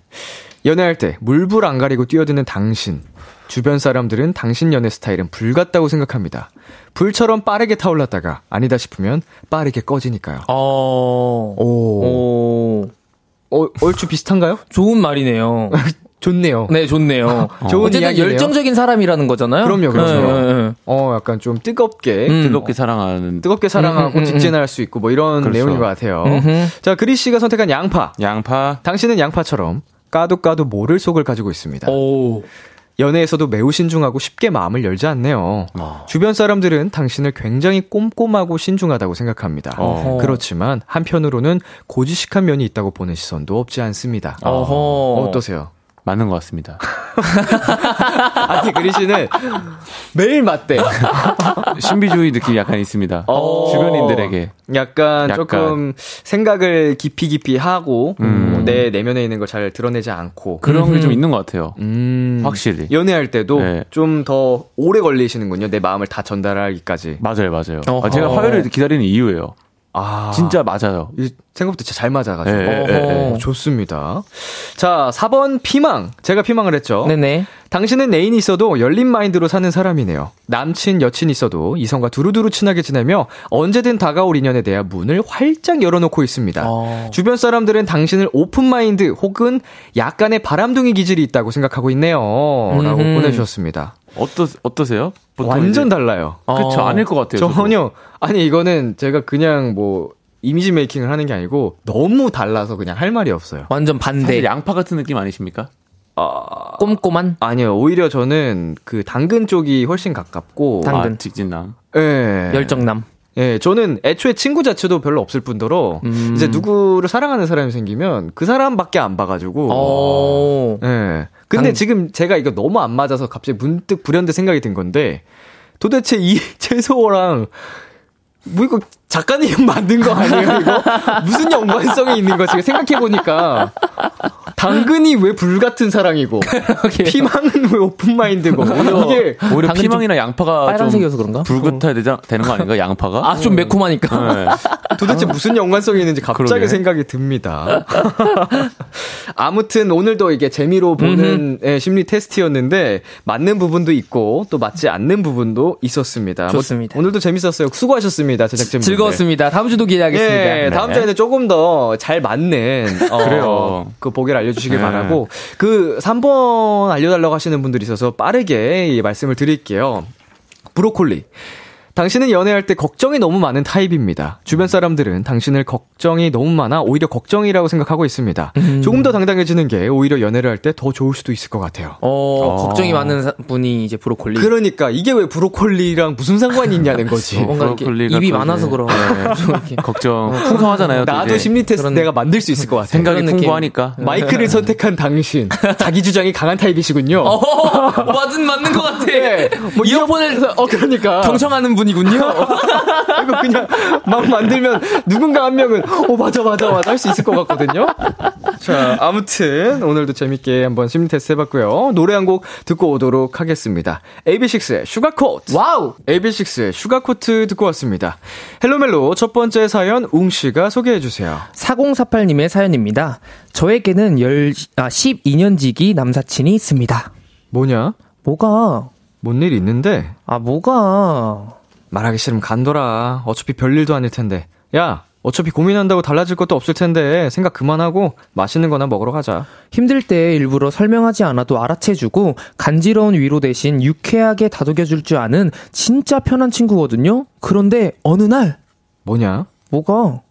연애할 때 물불 안 가리고 뛰어드는 당신 주변 사람들은 당신 연애 스타일은 불 같다고 생각합니다 불처럼 빠르게 타올랐다가 아니다 싶으면 빠르게 꺼지니까요 어. 오. 어, 얼추 비슷한가요? 좋은 말이네요. 좋네요 네, 좋네요. 좋은 어쨌든 이야기네요. 열정적인 사람이라는 거잖아요. 그럼요 그럼요 예, 예, 예. 어 약간 좀 뜨겁게 음. 뜨겁게 사랑하는 뜨겁게 사랑하고 직진할 수 있고 뭐 이런 그렇죠. 내용인 것 같아요 음흠. 자 그리 씨가 선택한 양파 양파. 당신은 양파처럼 까도 까도 모를 속을 가지고 있습니다 오. 연애에서도 매우 신중하고 쉽게 마음을 열지 않네요. 어. 주변 사람들은 당신을 굉장히 꼼꼼하고 신중하다고 생각합니다. 어허. 그렇지만 한편으로는 고지식한 면이 있다고 보는 시선도 없지 않습니다. 아. 어허. 어떠세요? 맞는 것 같습니다. 아니 그리 씨는 매일 맞대. 신비주의 느낌이 약간 있습니다. 어. 주변인들에게. 약간, 약간. 조금 생각을 깊이 깊이 하고 음. 어, 내 내면에 있는 걸 잘 드러내지 않고 그런 게 좀 있는 것 같아요. 음. 확실히. 연애할 때도 네. 좀 더 오래 걸리시는군요. 내 마음을 다 전달하기까지. 맞아요, 맞아요. 아, 어허. 제가 화요일을 기다리는 이유예요. 아 진짜 맞아요. 이- 생각보다 진짜 잘 맞아가지고 예, 예, 예, 예. 어, 좋습니다. 자 4번 피망 제가 피망을 했죠. 네네. 당신은 애인이 있어도 열린 마인드로 사는 사람이네요. 남친, 여친 있어도 이성과 두루두루 친하게 지내며 언제든 다가올 인연에 대한 문을 활짝 열어놓고 있습니다. 어. 주변 사람들은 당신을 오픈 마인드 혹은 약간의 바람둥이 기질이 있다고 생각하고 있네요. 라고 음흠. 보내주셨습니다. 어떠, 어떠세요? 보통 완전 이제- 달라요. 그쵸, 어. 아닐 것 네, 같아요. 저도. 전혀 아니 이거는 제가 그냥 뭐 이미지 메이킹을 하는 게 아니고 너무 달라서 그냥 할 말이 없어요. 완전 사실 반대. 양파 같은 느낌 아니십니까? 꼼꼼한 아니요 오히려 저는 그 당근 쪽이 훨씬 가깝고 당- 당근. 아, 직진남. 예. 열정남. 예, 저는 애초에 친구 자체도 별로 없을 뿐더러 이제 누구를 사랑하는 사람이 생기면 그 사람밖에 안 봐가지고. 어. 예. 근데 당- 지금 제가 이거 너무 안 맞아서 갑자기 문득 불현듯 생각이 든 건데 도대체 이 채소랑 뭐 이거 작가님 만든 거 아니에요 이거 무슨 연관성이 있는 거지 금 생각해 보니까 당근이 왜 불 같은 사랑이고 피망은 왜 오픈 마인드고 이게 오히려 당근 피망이나 양파가 빨간색이어서 좀 그런가? 붉은타야 되자, 되는 거 아닌가? 양파가? 아, 좀 매콤하니까. 네. 도대체 아. 무슨 연관성이 있는지 갑자기 그러게. 생각이 듭니다. 아무튼 오늘도 이게 재미로 보는 예, 심리 테스트였는데 맞는 부분도 있고 또 맞지 않는 부분도 있었습니다. 뭐, 좋습니다. 오늘도 재밌었어요. 수고하셨습니다, 제작진분. 즐거웠습니다. 다음 주도 기대하겠습니다. 네. 네. 예, 다음 주에는 조금 더 잘 맞는 어, 그래요. 그 보기를 알려주시길 네. 바라고 그 3번 알려달라고 하시는 분들이 있어서 빠르게 이 말씀을 드릴게요. 브로콜리. 당신은 연애할 때 걱정이 너무 많은 타입입니다. 음. 주변 사람들은 당신을 걱정이 너무 많아 오히려 걱정이라고 생각하고 있습니다. 음. 조금 더 당당해지는 게 오히려 연애를 할 때 더 좋을 수도 있을 것 같아요. 어, 걱정이 많은 사- 분이 이제 브로콜리. 그러니까 이게 왜 브로콜리랑 무슨 상관이 있냐는 거지. 뭔가 이렇게 브로콜리가 입이 또 많아서 이제- 그런 네. 좀 이렇게. 걱정. 풍성하잖아요. 또 나도 이제. 심리 테스트 그런- 내가 만들 수 있을 것 같아. 생각이 어. 그런 느낌. 풍부하니까. 마이크를 선택한 당신 자기 주장이 강한 타입이시군요. 어, 맞은 맞는 것 같아. 네. 뭐 이어폰을 어 그러니까 경청하는 분이군요. 이거 그냥 막 만들면 누군가 한 명은 어 맞아 맞아 맞아 할 수 있을 것 같거든요. 자 아무튼 오늘도 재밌게 한번 심리 테스트 해봤고요. 노래 한 곡 듣고 오도록 하겠습니다. AB6IX의 슈가코트. 와우. AB6IX의 슈가코트 듣고 왔습니다. 헬로멜로 첫 번째 사연 웅 씨가 소개해 주세요. 4048님의 사연입니다. 저에게는 1 아, 12년 지기 남사친이 있습니다. 뭐냐? 뭐가, 뭔 일 있는데? 아, 뭐가. 말하기 싫으면 간둬라. 어차피 별일도 아닐 텐데. 야, 어차피 고민한다고 달라질 것도 없을 텐데 생각 그만하고 맛있는 거나 먹으러 가자. 힘들 때 일부러 설명하지 않아도 알아채주고 간지러운 위로 대신 유쾌하게 다독여줄 줄 아는 진짜 편한 친구거든요? 그런데 어느 날, 뭐냐? 뭐가,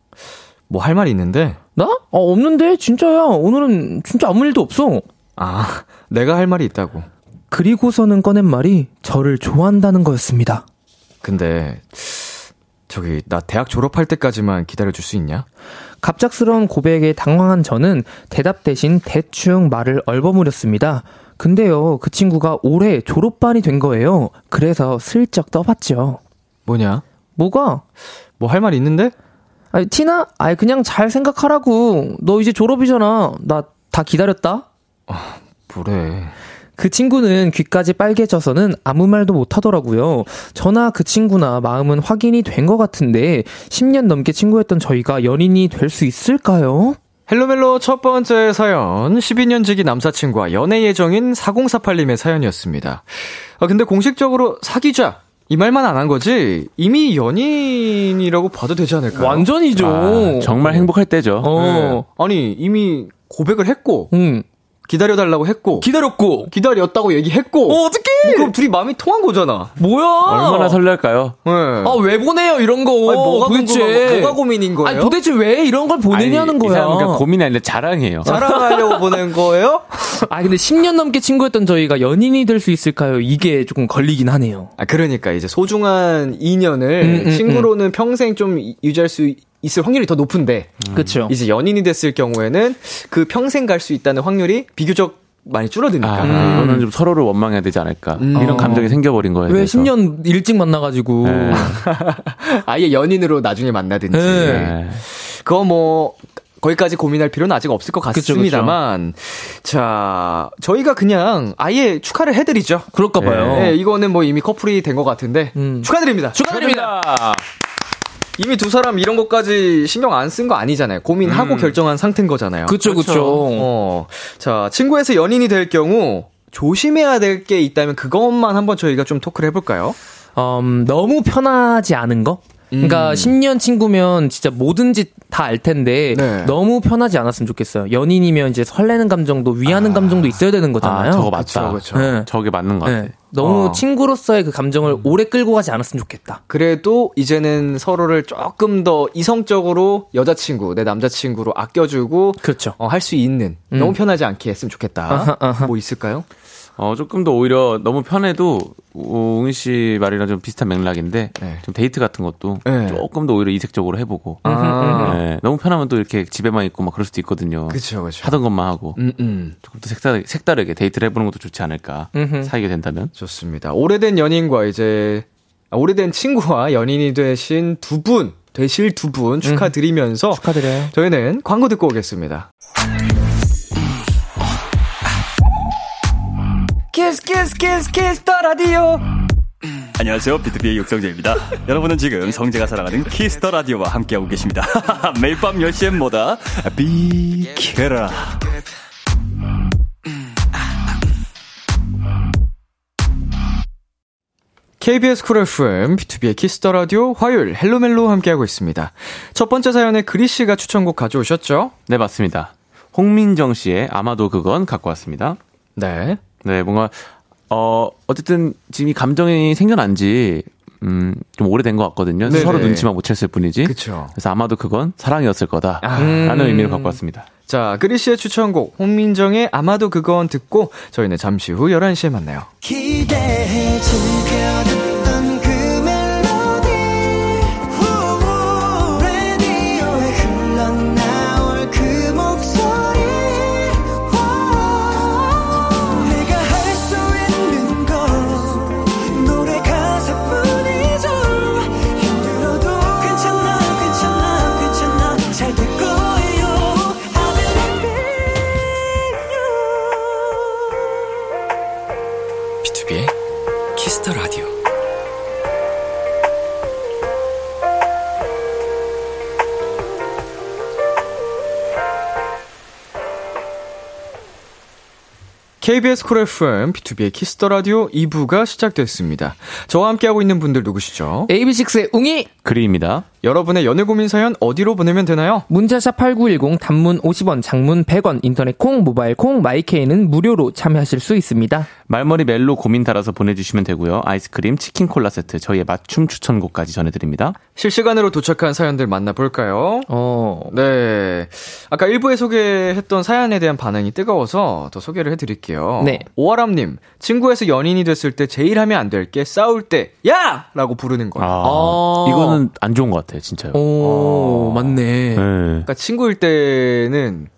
뭐 할 말이 있는데? 나? 아, 없는데? 진짜야. 오늘은 진짜 아무 일도 없어. 아, 내가 할 말이 있다고. 그리고서는 꺼낸 말이 저를 좋아한다는 거였습니다. 근데 저기 나 대학 졸업할 때까지만 기다려 줄 수 있냐? 갑작스러운 고백에 당황한 저는 대답 대신 대충 말을 얼버무렸습니다. 근데요, 그 친구가 올해 졸업반이 된 거예요. 그래서 슬쩍 떠봤죠. 뭐냐? 뭐가? 뭐 할 말이 있는데? 아니, 티나? 아니, 그냥 잘 생각하라고. 너 이제 졸업이잖아. 나 다 기다렸다? 뭐래. 그 친구는 귀까지 빨개져서는 아무 말도 못 하더라고요. 저나 그 친구나 마음은 확인이 된 것 같은데, 10년 넘게 친구였던 저희가 연인이 될 수 있을까요? 헬로멜로 첫 번째 사연 12년 지기 남사친과 연애 예정인 4048님의 사연이었습니다. 아 근데 공식적으로 사귀자 이 말만 안 한 거지 이미 연인이라고 봐도 되지 않을까요? 완전이죠. 아, 정말 행복할 때죠. 어. 음. 네. 아니 이미 고백을 했고 응. 기다려달라고 했고 기다렸고. 기다렸다고 얘기했고 뭐 어, 어떡해! 그럼 둘이 마음이 통한 거잖아. 뭐야? 얼마나 설렐까요? 네. 아, 왜 보내요, 이런 거. 아니, 뭐가 궁금한 거- 도대체. 뭐가 고민인 거예요? 아니, 도대체 왜 이런 걸 보내냐는 아니, 이 거야. 사람은 그러니까 그냥 고민이 아니라 자랑이에요. 자랑하려고 보낸 거예요? 아 근데 10년 넘게 친구였던 저희가 연인이 될 수 있을까요? 이게 조금 걸리긴 하네요. 아, 그러니까 이제 소중한 인연을 음, 음, 친구로는 평생 좀 이- 유지할 수 있을 확률이 더 높은데 음. 그렇죠. 이제 연인이 됐을 경우에는 그 평생 갈 수 있다는 확률이 비교적 많이 아, 줄어드니까. 음. 어. 이거는 좀 서로를 원망해야 되지 않을까. 이런 감정이 생겨버린 거예요. 왜 그래서. 10년 일찍 만나가지고 네. 아예 연인으로 나중에 만나든지. 네. 네. 그거 뭐 거기까지 고민할 필요는 아직 없을 것 그쵸, 그쵸. 같습니다만 자 저희가 그냥 아예 축하를 해드리죠. 그럴까 봐요. 네, 이거는 뭐 이미 커플이 된 것 같은데 음. 축하드립니다. 축하드립니다. 이미 두 사람 이런 것까지 신경 안 쓴 거 아니잖아요. 고민하고 결정한 상태인 거잖아요. 음. 그쵸 그쵸. 어, 자 친구에서 연인이 될 경우 조심해야 될 게 있다면 그것만 한번 저희가 좀 토크를 해볼까요? 음, 너무 편하지 않은 거. 음. 그러니까 10년 친구면 진짜 뭐든지 다 알 텐데 네. 너무 편하지 않았으면 좋겠어요. 연인이면 이제 설레는 감정도 위하는 감정도 있어야 되는 거잖아요. 아, 저거 맞다. 그쵸, 그쵸. 네. 저게 맞는 것 같아. 네. 너무 어. 친구로서의 그 음. 감정을 오래 끌고 가지 않았으면 좋겠다. 그래도 이제는 서로를 조금 더 이성적으로 여자친구, 내 남자친구로 아껴주고 어, 그렇죠. 음. 할 수 있는 너무 편하지 않게 했으면 좋겠다. 아하, 아하. 뭐 있을까요? 어, 조금 더 오히려 너무 편해도 오, 웅이 씨 말이랑 좀 비슷한 맥락인데 네. 좀 데이트 같은 것도 네. 음, 조금 더 오히려 이색적으로 해보고 네. 너무 편하면 또 이렇게 집에만 있고 막 그럴 수도 있거든요. 그쵸, 그쵸. 하던 것만 하고 음, 음. 조금 더 색다르게, 색다르게 데이트를 해보는 것도 좋지 않을까 사귀게 된다면 좋습니다. 오래된 연인과 이제 아, 오래된 친구와 연인이 되신 두 분, 되실 두 분 축하드리면서 음. 축하드려요. 저희는 광고 듣고 오겠습니다. 키스 키스 키스 키스 더 라디오 안녕하세요. 비트비의 육성재입니다. 여러분은 지금 성재가 사랑하는 키스터 라디오와 함께하고 계십니다. 매일 밤 10시엔 뭐다? 비케라. KBS 쿨 FM, B2B의 키스터 라디오 화요일 헬로멜로 함께하고 있습니다. 첫 번째 사연에 그리 씨가 추천곡 가져오셨죠? 네 맞습니다. 홍민정 씨의 아마도 그건 갖고 왔습니다. 네. 네, 뭔가 어 어쨌든 지금 이 감정이 생겨난 지 음, 좀 오래된 것 같거든요. 네네. 서로 눈치만 못 챘을 뿐이지. 그쵸. 그래서 아마도 그건 사랑이었을 거다라는 의미로 갖고 왔습니다. 자, 그리 씨의 추천곡 홍민정의 아마도 그건 듣고 저희는 잠시 후 11시에 만나요. 기대해 즐겨듣던 그 멜로디 후, 라디오에 흘러나올 그 목소리 와, 내가 할 수 있는 건 노래 가사뿐이죠 힘들어도 괜찮아 괜찮아 괜찮아 잘 될 거예요 I believe in you B2B의 키스터 라디오. KBS 쿨 FM, B2B의 키스터 라디오 2부가 시작됐습니다. 저와 함께하고 있는 분들 누구시죠? AB6IX의 웅이 그리입니다. 여러분의 연애 고민 사연 어디로 보내면 되나요? 문자샵 8910 단문 50원, 장문 100원, 인터넷 콩, 모바일 콩, 마이케이는 무료로 참여하실 수 있습니다. 말머리 멜로 고민 달아서 보내주시면 되고요. 아이스크림, 치킨 콜라 세트, 저희의 맞춤 추천곡까지 전해드립니다. 실시간으로 도착한 사연들 만나볼까요? 어. 네. 아까 1부에 소개했던 사연에 대한 반응이 뜨거워서 더 소개를 해드릴게요. 네. 오아람님, 친구에서 연인이 됐을 때 제일 하면 안 될 게 싸울 때, 야! 라고 부르는 거. 아, 아. 이거는 안 좋은 것 같아요, 진짜요. 오, 맞네. 네. 그러니까 친구일 때는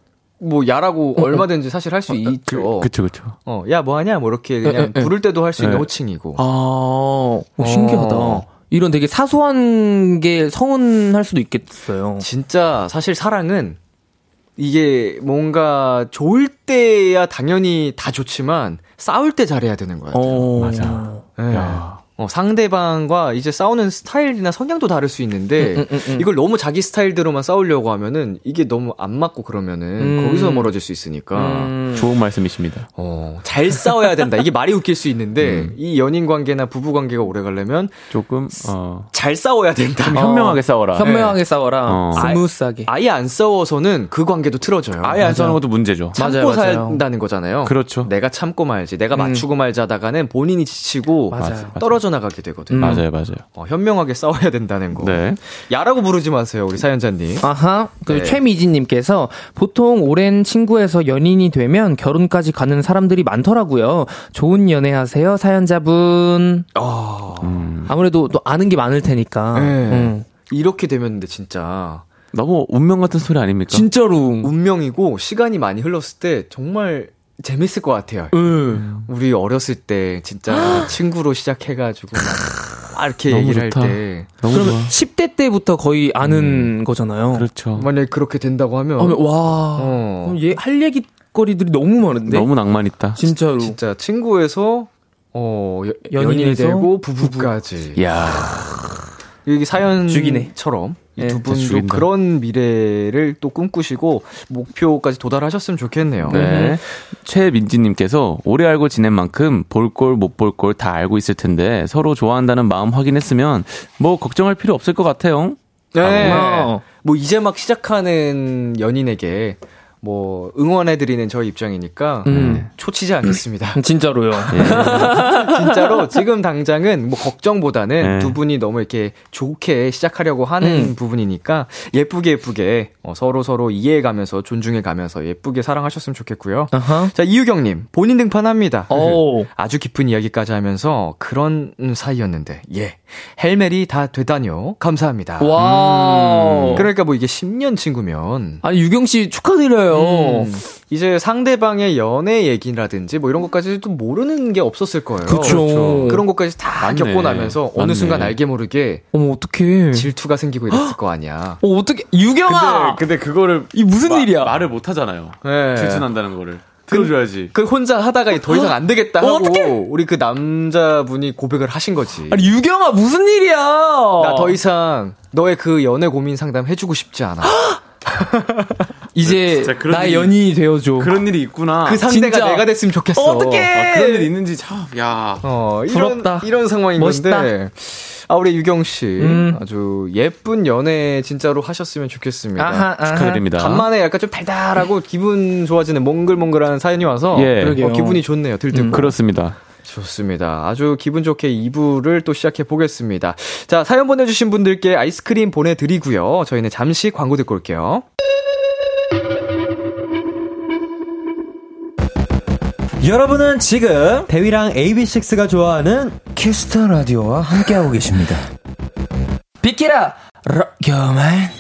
뭐 야라고 얼마든지 사실 할 수 있죠. 그쵸, 그쵸. 어, 야, 뭐 하냐? 뭐 이렇게 그냥 부를 때도 할 수 있는 에. 호칭이고. 아, 오, 신기하다. 어. 이런 되게 사소한 게 서운할 수도 있겠어요. 진짜 사실 사랑은 이게 뭔가 좋을 때야 당연히 다 좋지만 싸울 때 잘해야 되는 거야. 어, 맞아. 예. 어, 상대방과 이제 싸우는 스타일이나 성향도 다를 수 있는데 음, 이걸 너무 자기 스타일대로만 싸우려고 하면은 이게 너무 안 맞고 그러면은 음. 거기서 멀어질 수 있으니까 좋은 말씀이십니다. 어, 잘 싸워야 된다. 이게 말이 웃길 수 있는데 음. 이 연인 관계나 부부 관계가 오래 가려면 조금 어, 잘 싸워야 된다. 좀 어. 현명하게 싸워라. 현명하게 싸워라. 어. 스무스하게. 아예 안 싸워서는 그 관계도 틀어져요. 네. 아예 안 싸우는 것도 문제죠. 맞아요, 참고 맞아요. 산다는 거잖아요. 그렇죠. 음. 내가 참고 말지, 내가 맞추고 말자다가는 본인이 지치고 맞아요. 맞아요. 떨어져 나가게 되거든요. 음. 맞아요, 맞아요. 어, 현명하게 싸워야 된다는 거. 네. 야라고 부르지 마세요, 우리 사연자님. 아하. 그 네. 최미진님께서 보통 오랜 친구에서 연인이 되면 결혼까지 가는 사람들이 많더라고요. 좋은 연애하세요, 사연자분. 아. 아무래도 또 아는 게 많을 테니까. 예. 음. 네. 음. 이렇게 되면 진짜 너무 운명 같은 소리 아닙니까? 음. 진짜로. 운명이고 시간이 많이 흘렀을 때 정말 재밌을 것 같아요. 음. 우리 어렸을 때 진짜 친구로 시작해가지고 막 이렇게 너무 얘기를 좋다. 할 때 너무 그러면 좋아. 10대 때부터 거의 아는 거잖아요. 그렇죠. 만약에 그렇게 된다고 하면 그러면 와. 아. 어. 그럼 얘 할 얘기거리들이 너무 많은데. 너무 낭만 있다. 진짜로. 진짜 친구에서 어 여- 연인이, 연인에서 되고 부부까지 야, 여기 죽이네. 사연처럼 이 두 분도 죽인다. 그런 미래를 또 꿈꾸시고 목표까지 도달하셨으면 좋겠네요. 음. 네. 최민지님께서 오래 알고 지낸 만큼 볼 꼴, 못 볼 꼴 다 알고 있을 텐데 서로 좋아한다는 마음 확인했으면 뭐 걱정할 필요 없을 것 같아요. 네. 아, 뭐 이제 막 시작하는 연인에게 뭐 응원해드리는 저희 입장이니까 음. 초치지 않겠습니다. 진짜로요. 진짜로 지금 당장은 뭐 걱정보다는 네. 두 분이 너무 이렇게 좋게 시작하려고 하는 음. 부분이니까 예쁘게 예쁘게 어, 서로 서로 이해해가면서 존중해가면서 예쁘게 사랑하셨으면 좋겠고요. 아하. 자 이유경님 본인 등판합니다. 오. 아주 깊은 이야기까지 하면서 그런 음, 사이였는데 예 헬멜이 다 되다뇨 음. 감사합니다. 와. 그러니까 뭐 이게 10년 친구면 아니 유경 씨 축하드려요. 음, 이제 상대방의 연애 얘기라든지 뭐 이런 것까지도 모르는 게 없었을 거예요. 그렇죠. 그쵸. 그렇죠. 그쵸. 그런 것까지 다 맞네. 겪고 나면서 어느 맞네. 순간 알게 모르게 어머 어떡해. 질투가 생기고 이랬을 거 아니야. 네. 어 어떡해. 유경아. 근데 그거를 이 무슨 일이야? 네. 말을 못 하잖아요. 예. 질투난다는 거를 들어줘야지. 그 혼자 하다가 더 이상 안 되겠다 하고 어떡해? 우리 그 남자분이 고백을 하신 거지. 아니 유경아 어. 무슨 일이야? 나 더 이상 너의 그 연애 고민 상담 해주고 싶지 않아. 이제 진짜 그런 나의 일이- 연인이 되어줘. 그런 일이 있구나. 그 상대가 진짜. 내가 됐으면 좋겠어. 어떡해. 아, 그런 일이 있는지 참, 야. 어, 이런, 부럽다. 이런 상황인 멋있다. 건데. 아, 우리 유경 씨. 음. 아주 예쁜 연애 진짜로 하셨으면 좋겠습니다. 아하, 아하. 축하드립니다. 간만에 약간 좀 달달하고 기분 좋아지는 몽글몽글한 사연이 와서 예. 그러게요. 어, 기분이 좋네요. 들뜨고. 음, 그렇습니다. 좋습니다. 아주 기분 좋게 2부를 또 시작해 보겠습니다. 자, 사연 보내주신 분들께 아이스크림 보내드리고요. 저희는 잠시 광고 듣고 올게요. 여러분은 지금 대위랑 AB6IX가 좋아하는 키스터 라디오와 함께하고 계십니다. 비키라. 겨말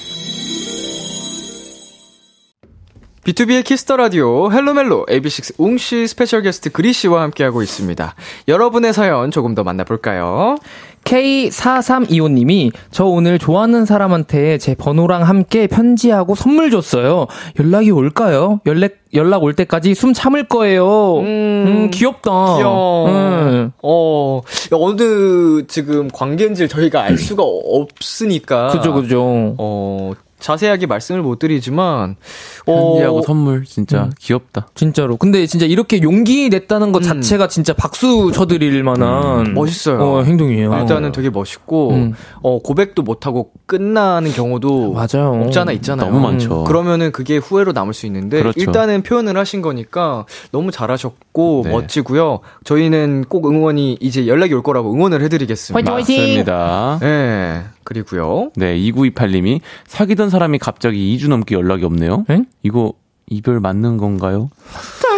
B2B의 키스터 라디오 헬로멜로 AB6 웅씨 스페셜 게스트 그리 씨와 함께하고 있습니다. 여러분의 사연 조금 더 만나볼까요? K4325님이 저 오늘 좋아하는 사람한테 제 번호랑 함께 편지하고 선물 줬어요. 연락이 올까요? 연락, 연락 올 때까지 숨 참을 거예요. 음, 귀엽다. 귀여워. 음. 어 어느 지금 관계인지를 저희가 알 수가 없으니까. 그죠, 그죠. 어 자세하게 말씀을 못 드리지만 어, 편지하고 선물 진짜 음. 귀엽다. 진짜로. 근데 진짜 이렇게 용기 냈다는 것 자체가 진짜 박수 쳐드릴 만한 음. 멋있어요. 어, 행동이에요. 일단은 되게 멋있고 음. 어 고백도 못 하고 끝나는 경우도 맞아요. 어, 없지 않아 있잖아요. 음. 너무 많죠. 그러면은 그게 후회로 남을 수 있는데 그렇죠. 일단은 표현을 하신 거니까 너무 잘하셨고 네. 멋지고요. 저희는 꼭 응원이 이제 연락이 올 거라고 응원을 해드리겠습니다. 맞습니다. 네. 예 그리고요. 네, 2928님이 사귀던 사람이 갑자기 2주 넘게 연락이 없네요. 엥? 이거 이별 맞는 건가요?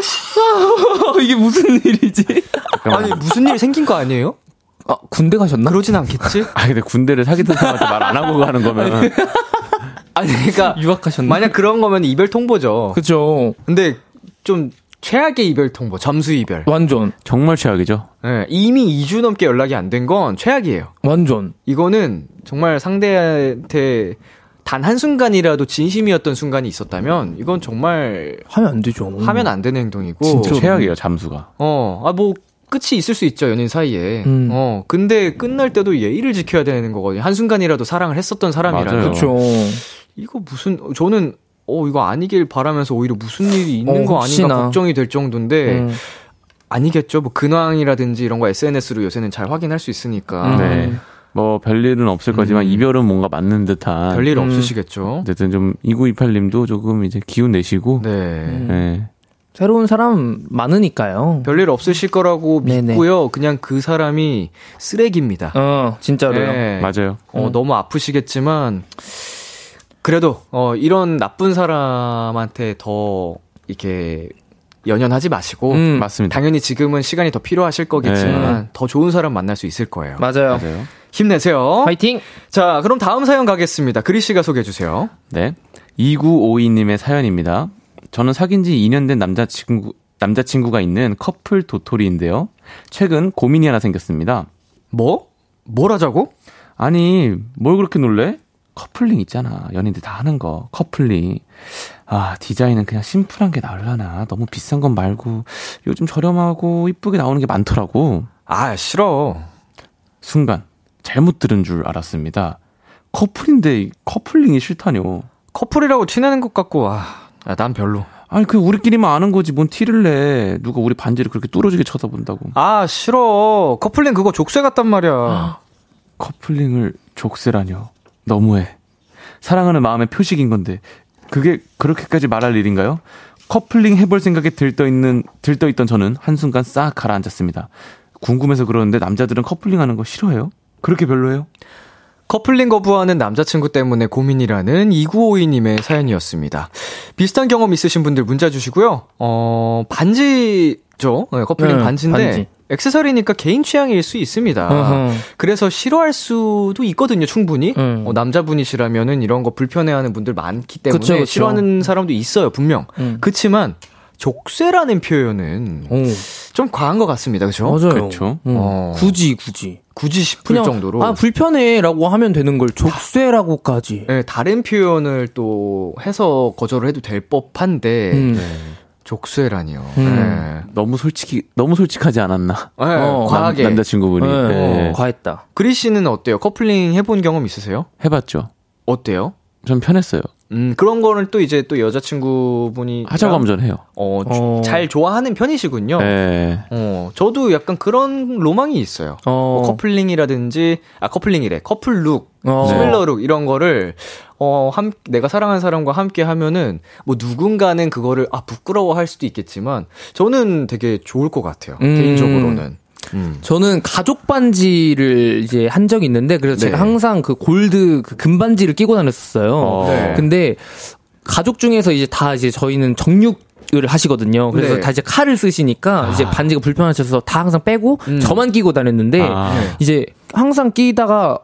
이게 무슨 일이지? 잠깐만. 아니 무슨 일 생긴 거 아니에요? 아, 군대 가셨나? 그러진 않겠지? 아 근데 군대를 사귀던 사람한테 말 안 하고 가는 거면 아니 그러니까 유학하셨나? 만약 그런 거면 이별 통보죠. 그죠. 근데 좀 최악의 이별 통보, 점수 이별. 완전, 정말 최악이죠. 예, 이미 2주 넘게 연락이 안 된 건 최악이에요. 완전. 이거는 정말 상대한테 단 한순간이라도 진심이었던 순간이 있었다면 이건 정말 하면 안 되죠. 하면 안 되는 행동이고. 진짜 최악이에요 잠수가. 어, 아, 뭐, 끝이 있을 수 있죠, 연인 사이에. 음. 어, 근데 끝날 때도 예의를 지켜야 되는 거거든요. 한순간이라도 사랑을 했었던 사람이라면. 맞아요. 그렇죠. 이거 무슨, 저는 어 이거 아니길 바라면서 오히려 무슨 일이 있는 어, 거 아닌가 혹시나. 걱정이 될 정도인데 음. 아니겠죠. 뭐 근황이라든지 이런 거 SNS로 요새는 잘 확인할 수 있으니까 음. 네. 뭐 별일은 없을 거지만 이별은 뭔가 맞는 듯한. 별일 음. 없으시겠죠. 어쨌든 좀 2928님도 조금 이제 기운 내시고. 네. 음. 네. 새로운 사람 많으니까요. 별일 없으실 거라고 네네. 믿고요. 그냥 그 사람이 쓰레기입니다. 어, 진짜로요. 네. 맞아요. 어, 너무 아프시겠지만 그래도 어, 이런 나쁜 사람한테 더 이렇게 연연하지 마시고 음, 맞습니다. 네. 당연히 지금은 시간이 더 필요하실 거겠지만 더 좋은 사람 만날 수 있을 거예요. 맞아요. 어? 힘내세요. 파이팅! 자, 그럼 다음 사연 가겠습니다. 그리 씨가 소개해 주세요. 네. 2952님의 사연입니다. 저는 사귄 지 2년 된 남자친구, 남자친구가 있는 커플 도토리인데요. 최근 고민이 하나 생겼습니다. 뭐? 뭘 하자고? 아니, 뭘 그렇게 놀래? 커플링 있잖아. 연인들 다 하는 거. 커플링. 아, 디자인은 그냥 심플한 게 나으려나. 너무 비싼 건 말고, 요즘 저렴하고 이쁘게 나오는 게 많더라고. 아, 싫어. 순간, 잘못 들은 줄 알았습니다. 커플인데, 커플링이 싫다뇨. 커플이라고 티내는 것 같고 아, 아, 난 별로. 아니 그 우리끼리만 아는 거지 뭔 티를 내 누가 우리 반지를 그렇게 뚫어지게 쳐다본다고 아, 싫어. 커플링 그거 족쇄 같단 말이야. 커플링을 족쇄라뇨 너무해 사랑하는 마음의 표식인 건데 그게 그렇게까지 말할 일인가요? 커플링 해볼 생각에 들떠있는 들떠있던 저는 한순간 싹 가라앉았습니다 궁금해서 그러는데 남자들은 커플링 하는 거 싫어해요? 그렇게 별로예요? 커플링 거부하는 남자친구 때문에 고민이라는 2952님의 사연이었습니다. 비슷한 경험 있으신 분들 문자 주시고요. 어, 반지죠. 네, 커플링 네, 반지인데 반지. 액세서리니까 개인 취향일 수 있습니다. 어허. 그래서 싫어할 수도 있거든요, 충분히. 음. 어, 남자분이시라면은 이런 거 불편해하는 분들 많기 때문에 그쵸, 그쵸. 싫어하는 사람도 있어요, 분명. 음. 그치만 족쇄라는 표현은 오, 좀 과한 것 같습니다, 어, 그죠? 맞아요. 그렇죠. 음, 어. 굳이, 굳이. 굳이 싶을 정도로. 아, 불편해라고 하면 되는 걸 족쇄라고까지. 예, 다른 표현을 또 해서 거절을 해도 될 법한데 음. 족쇄라니요. 음. 예. 너무 솔직히 너무 솔직하지 않았나 예, 어, 과하게. 남, 자친구분이 네, 어, 과했다. 그리 씨는 어때요? 커플링 해본 경험 있으세요? 해봤죠 어때요? 전 편했어요 음, 그런 거는 또 이제 또 여자친구분이 그러니까? 하자고 하면 전 해요 어, 어. 잘 좋아하는 편이시군요. 네. 어, 저도 약간 그런 로망이 있어요. 어, 뭐 커플링이라든지 아 커플링이래 커플룩 어. 스멜러룩 이런 거를 어 함, 내가 사랑하는 사람과 함께 하면은 뭐 누군가는 그거를 아 부끄러워할 수도 있겠지만 저는 되게 좋을 것 같아요 음. 개인적으로는 음. 저는 가족 반지를 이제 한 적이 있는데 그래서 네. 제가 항상 그 골드 그 금반지를 끼고 다녔었어요. 어. 네. 근데 가족 중에서 이제 다 이제 저희는 정육 을 하시거든요. 그래서 네. 아. 다 이제 칼을 쓰시니까 이제 반지가 불편하셔서 다 항상 빼고 음. 저만 끼고 다녔는데 아. 이제 항상 끼다가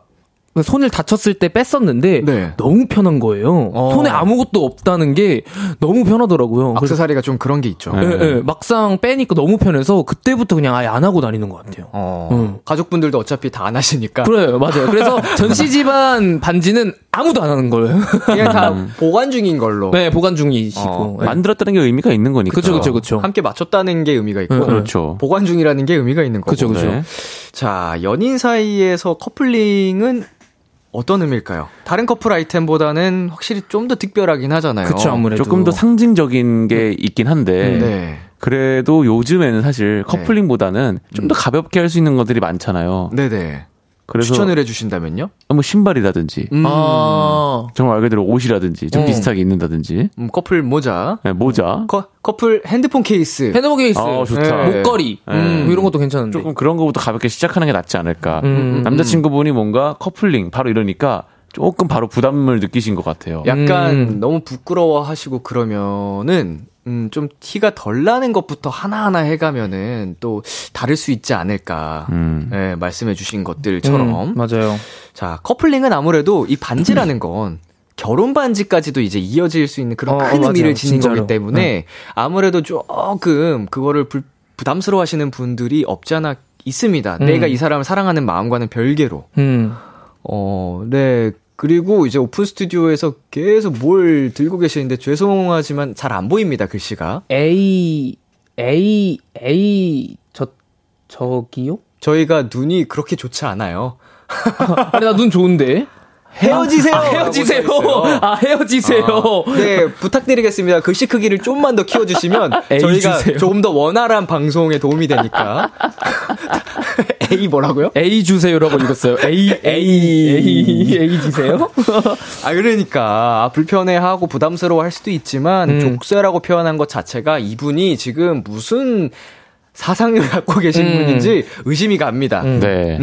손을 다쳤을 때 뺐었는데 네. 너무 편한 거예요. 어. 손에 아무것도 없다는 게 너무 편하더라고요. 그래서 악세사리가 좀 그런 게 있죠. 네. 예, 예, 막상 빼니까 너무 편해서 그때부터 그냥 아예 안 하고 다니는 것 같아요. 어, 음. 그렇죠. 가족분들도 어차피 다 안 하시니까 그래요, 맞아요. 그래서 전시 집안 반지는 아무도 안 하는 거예요. 그냥 다 보관 중인 걸로 음. 네, 보관 중이시고. 뭐. 어, 네. 만들었다는 게 의미가 있는 거니까. 그쵸, 그쵸, 그쵸. 그렇죠. 함께 맞췄다는 게 의미가 있고 음, 그렇죠, 그렇죠. 보관 중이라는 게 의미가 있는 거고. 그쵸, 그쵸. 네. 자, 연인 사이에서 커플링은 어떤 의미일까요? 다른 커플 아이템보다는 확실히 좀 더 특별하긴 하잖아요. 그쵸, 아무래도. 조금 더 상징적인 게 있긴 한데 네. 그래도 요즘에는 사실 커플링보다는 좀 음. 더 가볍게 할 수 있는 것들이 많잖아요. 네네. 음. 그래서 추천을 해주신다면요? 뭐 신발이라든지 음, 네. 아, 정말 말 그대로 옷이라든지 좀 음. 비슷하게 입는다든지 음, 커플 모자, 네, 모자 커, 커플 핸드폰 케이스. 핸드폰 케이스. 아, 좋다. 네. 목걸이. 네. 음, 뭐 이런 것도 괜찮은데. 조금 그런 거부터 가볍게 시작하는 게 낫지 않을까. 음, 남자친구분이 뭔가 커플링 바로 이러니까 조금 바로 부담을 느끼신 것 같아요. 약간 음. 너무 부끄러워하시고 그러면은 음, 좀 티가 덜 나는 것부터 하나하나 해가면은 또 다를 수 있지 않을까. 음. 예, 말씀해주신 것들처럼. 음, 맞아요. 자, 커플링은 아무래도 이 반지라는 건 결혼 반지까지도 이제 이어질 수 있는 그런 어, 큰 어, 맞아요. 의미를 지닌 진짜로. 네. 거기 때문에 아무래도 조금 그거를 불, 부담스러워 하시는 분들이 없지 않아 있습니다. 음. 내가 이 사람을 사랑하는 마음과는 별개로. 음. 어, 네. 그리고 이제 오픈 스튜디오에서 계속 뭘 들고 계시는데 죄송하지만 잘 안 보입니다, 글씨가. A, A, A, 저, 저기요? 저희가 눈이 그렇게 좋지 않아요. 아니, 나 눈 좋은데? 헤어지세요. 헤어지세요. 아, 헤어지세요. 네, 부탁드리겠습니다. 그 글씨 크기를 좀만 더 키워주시면 A 저희가 주세요. 조금 더 원활한 방송에 도움이 되니까. A 뭐라고요? A 주세요라고 읽었어요. A A A A 주세요. 아, 그러니까. 아, 불편해하고 부담스러워 할 수도 있지만, 음. 족쇄라고 표현한 것 자체가 이분이 지금 무슨 사상을 갖고 계신 음. 분인지 의심이 갑니다. 음. 네. 그-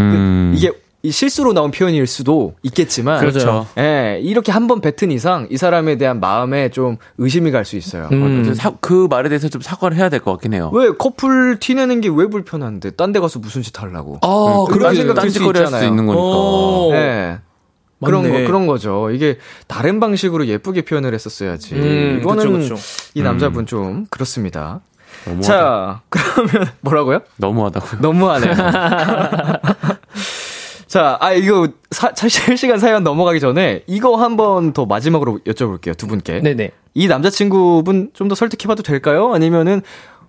음. 이게 이 실수로 나온 표현일 수도 있겠지만, 그렇죠. 예, 이렇게 한 번 뱉은 이상 이 사람에 대한 마음에 좀 의심이 갈 수 있어요. 음. 사- 그 말에 대해서 좀 사과를 해야 될 것 같긴 해요. 왜 커플 티 내는 게 왜 불편한데? 딴 데 가서 무슨 짓 하려고? 아, 어, 그런 딴- 생각 들 수 딴짓거리 어, 할수 있잖아요. 있는 거니까. 어. 예. 그런 거 그런 거죠. 이게 다른 방식으로 예쁘게 표현을 했었어야지. 음, 이거는 그쵸, 그쵸. 이 남자분 좀 그렇습니다. 음. 너무하다. 자, 그러면 뭐라고요? 너무하다고요. 너무하네요. 자, 아 이거 사, 사실 시간 사연 넘어가기 전에 이거 한번 더 마지막으로 여쭤볼게요 두 분께. 네네. 이 남자친구분 좀 더 설득해봐도 될까요? 아니면은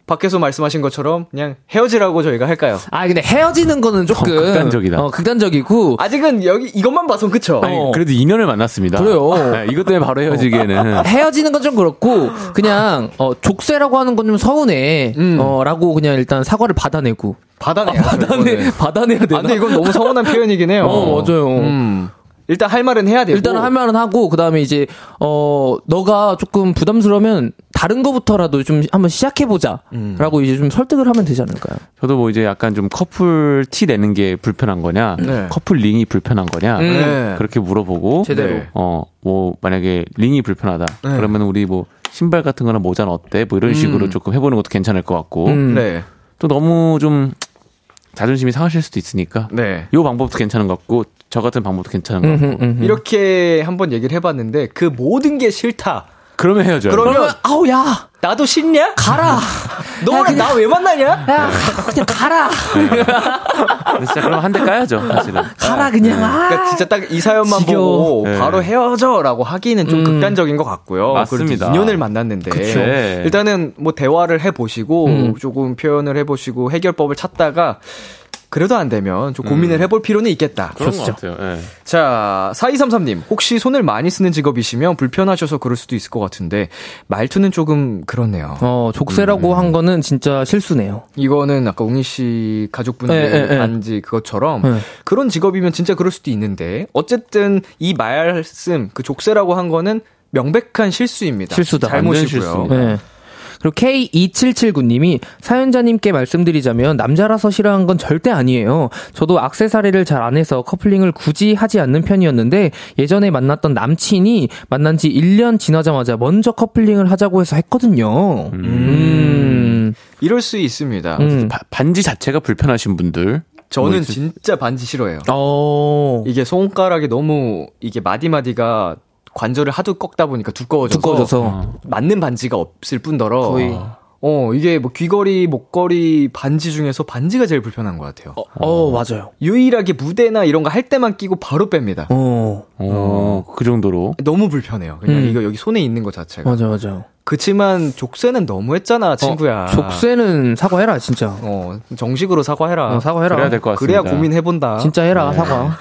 밖에서 말씀하신 것처럼 그냥 헤어지라고 저희가 할까요? 아 근데 헤어지는 거는 조금 극단적이다. 어, 극단적이고 아직은 여기 이것만 봐선 그쵸? 아니, 어. 그래도 인연을 만났습니다. 그래요. 아, 네, 이것 때문에 바로 헤어지기에는. 헤어지는 건 좀 그렇고 그냥 어, 족쇄라고 하는 건 좀 서운해. 음. 어라고 그냥 일단 사과를 받아내고 받아내야 받아내 받아내야 되나? 아, 근데 이건 너무 서운한 표현이긴 해요. 어, 맞아요. 네, 음. 뭐. 일단 할 말은 해야 되고. 일단은 할 말은 하고 그다음에 이제 어 너가 조금 부담스러우면 다른 거부터라도 좀 한번 시작해 보자라고 이제 좀 설득을 하면 되지 않을까요? 저도 뭐 이제 약간 좀 커플 티 내는 게 불편한 거냐, 네. 커플 링이 불편한 거냐, 네. 그렇게 물어보고, 음. 제대로. 네. 어, 뭐 만약에 링이 불편하다, 그러면 우리 뭐 신발 같은 거나 모자는 어때? 뭐 이런 식으로 조금 해보는 것도 괜찮을 것 같고, 음. 네. 또 너무 좀 자존심이 상하실 수도 있으니까, 네. 요 방법도 괜찮은 것 같고, 저 같은 방법도 괜찮은 것 같고, 음, 음. 이렇게 한번 얘기를 해봤는데 그 모든 게 싫다. 그러면 헤어져요. 그러면 네. 아우 야 나도 싫냐? 가라 너 오늘 나 왜 만나냐? 야 그냥 가라 근데 진짜 그러면 한 대 까야죠, 사실은. 가라 그냥 아. 그러니까 진짜 딱 이 사연만 지겨워. 보고 네. 바로 헤어져라고 하기는 좀 음. 극단적인 것 같고요. 맞습니다. 그래도 인연을 만났는데 그쵸. 네. 일단은 뭐 대화를 해보시고 음. 조금 표현을 해보시고 해결법을 찾다가 그래도 안 되면 좀 고민을 해볼 필요는 있겠다. 음. 그런 것 같아요. 예. 자, 4233님, 혹시 손을 많이 쓰는 직업이시면 불편하셔서 그럴 수도 있을 것 같은데, 말투는 조금 그렇네요. 어 족쇄라고 한 거는 진짜 실수네요. 이거는 아까 웅이 씨 네, 네, 가족분들 네. 반지 그것처럼, 네. 그런 직업이면 진짜 그럴 수도 있는데, 어쨌든 이 말씀, 그 족쇄라고 한 거는 명백한 실수입니다. 실수다. 잘못이고요. 네. 그리고 K2779님이 사연자님께 말씀드리자면 남자라서 싫어한 건 절대 아니에요. 저도 악세사리를 잘 안 해서 커플링을 굳이 하지 않는 편이었는데 예전에 만났던 남친이 만난 지 1년 지나자마자 먼저 커플링을 하자고 해서 했거든요. 음. 이럴 수 있습니다. 음. 뭐 바- 반지 자체가 불편하신 분들, 저는 진짜 반지 싫어해요. 어. 이게 손가락이 너무, 이게 마디마디가 관절을 하도 꺾다 보니까 두꺼워져서, 두꺼워져서. 맞는 반지가 없을 뿐더러 거의. 어 이게 뭐 귀걸이 목걸이 반지 중에서 반지가 제일 불편한 것 같아요. 어, 맞아요. 유일하게 무대나 이런 거 할 때만 끼고 바로 뺍니다. 어. 어, 그 정도로. 너무 불편해요. 그냥 음. 어. 이거 여기 손에 있는 것 자체가. 맞아, 맞아. 그치만 족쇄는 너무했잖아 친구야. 어, 족쇄는 사과해라, 진짜. 어 정식으로 사과해라. 어, 사과해라. 그래야 될 것 같습니다. 그래야 고민해본다. 진짜 해라, 사과.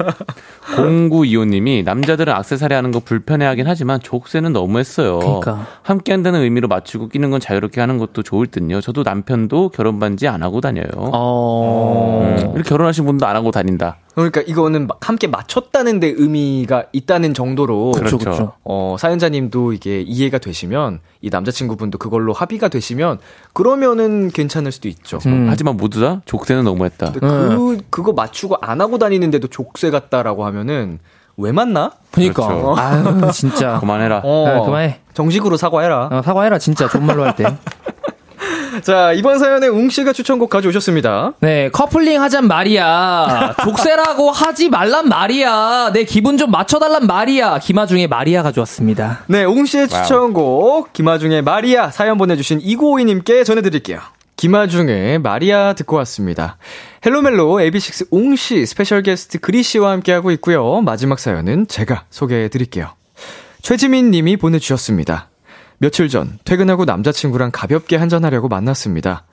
0925님이 남자들은 악세사리 하는 거 불편해하긴 하지만 족쇄는 너무했어요. 그러니까. 함께 한다는 의미로 맞추고 끼는 건 자유롭게 하는 것도 좋을 듯요. 저도 남편도 결혼 반지 안 하고 다녀요. 어. 음, 이렇게 결혼하신 분도 안 하고 다닌다. 그러니까 이거는 막 함께 맞췄다는 데 의미가 있다는 정도로 그렇죠, 그렇죠. 그렇죠. 어, 사연자님도 이게 이해가 되시면 이 남자친구분도 그걸로 합의가 되시면 그러면은 괜찮을 수도 있죠. 음. 하지만 모두 다 족쇄는 너무했다. 근데 그 그거 맞추고 안 하고 다니는데도 족쇄 같다라고 하면은 왜 만나? 그니까. 그렇죠. 그러니까. 아유, 진짜. 그만해라. 네, 아, 그만해. 어. 정식으로 사과해라. 어, 사과해라, 진짜. 존말로 할 때. 자 이번 사연에 웅 씨가 추천곡 가져오셨습니다. 네, 커플링 하잔 말이야. 족쇄라고 하지 말란 말이야. 내 기분 좀 맞춰달란 말이야. 김하중의 마리아 가져왔습니다. 네, 웅 씨의 추천곡 김아중의 마리아 사연 보내주신 2952님께 전해드릴게요. 김아중의 마리아 듣고 왔습니다. 헬로멜로 AB6 웅씨 스페셜 게스트 그리 씨와 함께하고 있고요. 마지막 사연은 제가 소개해드릴게요. 최지민 님이 보내주셨습니다. 며칠 전 퇴근하고 남자친구랑 가볍게 한잔하려고 만났습니다.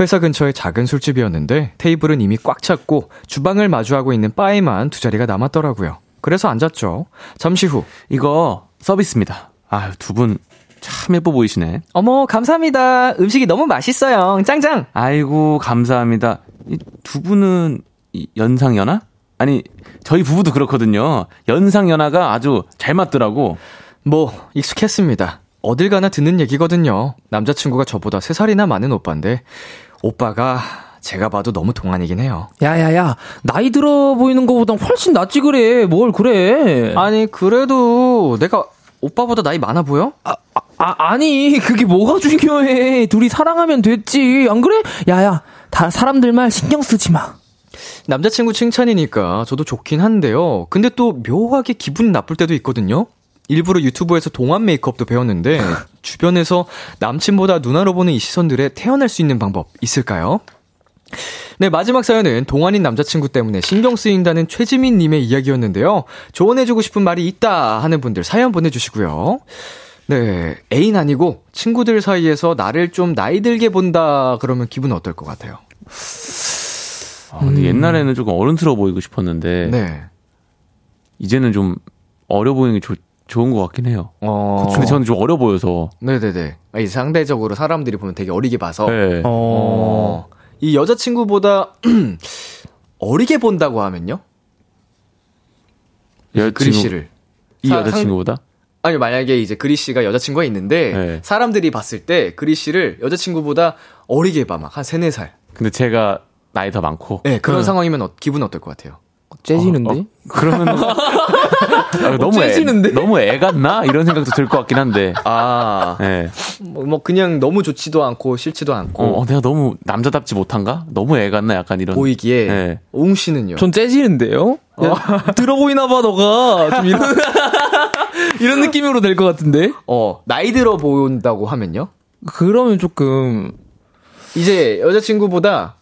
회사 근처의 작은 술집이었는데 테이블은 이미 꽉 찼고 주방을 마주하고 있는 바에만 두 자리가 남았더라고요. 그래서 앉았죠. 잠시 후. 이거 서비스입니다. 아유, 두 분 참 예뻐 보이시네. 어머, 감사합니다. 음식이 너무 맛있어요. 짱짱! 아이고, 감사합니다. 이 두 분은 이 연상연하? 아니, 저희 부부도 그렇거든요. 연상연하가 아주 잘 맞더라고. 뭐, 익숙했습니다. 어딜 가나 듣는 얘기거든요. 남자친구가 저보다 3살이나 많은 오빠인데, 오빠가 제가 봐도 너무 동안이긴 해요. 야야야 나이 들어 보이는 거보단 훨씬 낫지 그래 뭘 그래 아, 아니, 그래도 내가 오빠보다 나이 많아 보여? 아, 니 그게 뭐가 중요해 둘이 사랑하면 됐지 안 그래 야야 다 사람들 말 신경 쓰지 마 남자친구 칭찬이니까 저도 좋긴 한데요. 근데 또 묘하게 기분 나쁠 때도 있거든요. 일부러 유튜브에서 동안 메이크업도 배웠는데 주변에서 남친보다 누나로 보는 이 시선들에 태어날 수 있는 방법 있을까요? 네, 마지막 사연은 동안인 남자친구 때문에 신경 쓰인다는 최지민 님의 이야기였는데요. 조언해주고 싶은 말이 있다 하는 분들 사연 보내주시고요. 네, 애인 아니고 친구들 사이에서 나를 좀 나이 들게 본다 그러면 기분 어떨 것 같아요? 아, 근데 옛날에는 조금 어른스러워 보이고 싶었는데, 음. 네. 이제는 좀 어려 보이는 게 좋- 좋은 것 같긴 해요. 어. 근데 저는 좀 어려 보여서. 네네네. 아, 이 상대적으로 사람들이 보면 되게 어리게 봐서. 네. 어. 이 여자친구보다 어리게 본다고 하면요? 여자친구- 그리씨를. 이 사- 상- 여자친구보다? 아니, 만약에 이제 그리씨가 여자친구가 있는데, 네. 사람들이 봤을 때 그리씨를 여자친구보다 어리게 봐, 막 한 세네 살 근데 제가 나이 더 많고. 네, 그런 상황이면 어- 기분 어떨 것 같아요? 재지는데 그러면 아, 너무 애, 째지는데? 너무 애 같나 이런 생각도 들 것 같긴 한데. 아, 예. 뭐, 뭐 그냥 너무 좋지도 않고 싫지도 어, 않고, 어, 내가 너무 남자답지 못한가? 너무 애 같나? 약간 이런. 보이기에, 네. 옹씨는요? 전 재지는데요 들어 보이나 봐 너가 좀 이런 이런 느낌으로 될 것 같은데 어, 나이 들어 보인다고 하면요? 그러면 조금 이제 여자친구보다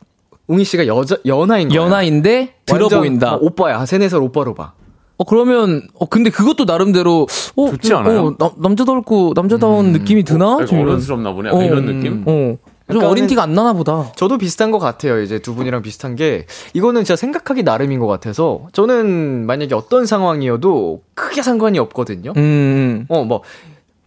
웅이 씨가 여자 연하인 거야. 연하인데 들어 보인다 오빠야. 한 세네 살 오빠로 봐. 어, 그러면, 어, 근데 그것도 나름대로, 어, 좋지 않아요? 어, 남, 남자답고, 남자다운 느낌이 드나? 약간 좀 이런- 어른스럽나 보네. 약간 어, 이런 음, 느낌? 어. 좀 약간은- 어린 티가 안 나나 보다. 저도 비슷한 것 같아요. 이제 두 분이랑 비슷한 게 이거는 진짜 생각하기 나름인 것 같아서 저는 만약에 어떤 상황이어도 크게 상관이 없거든요. 음. 어 뭐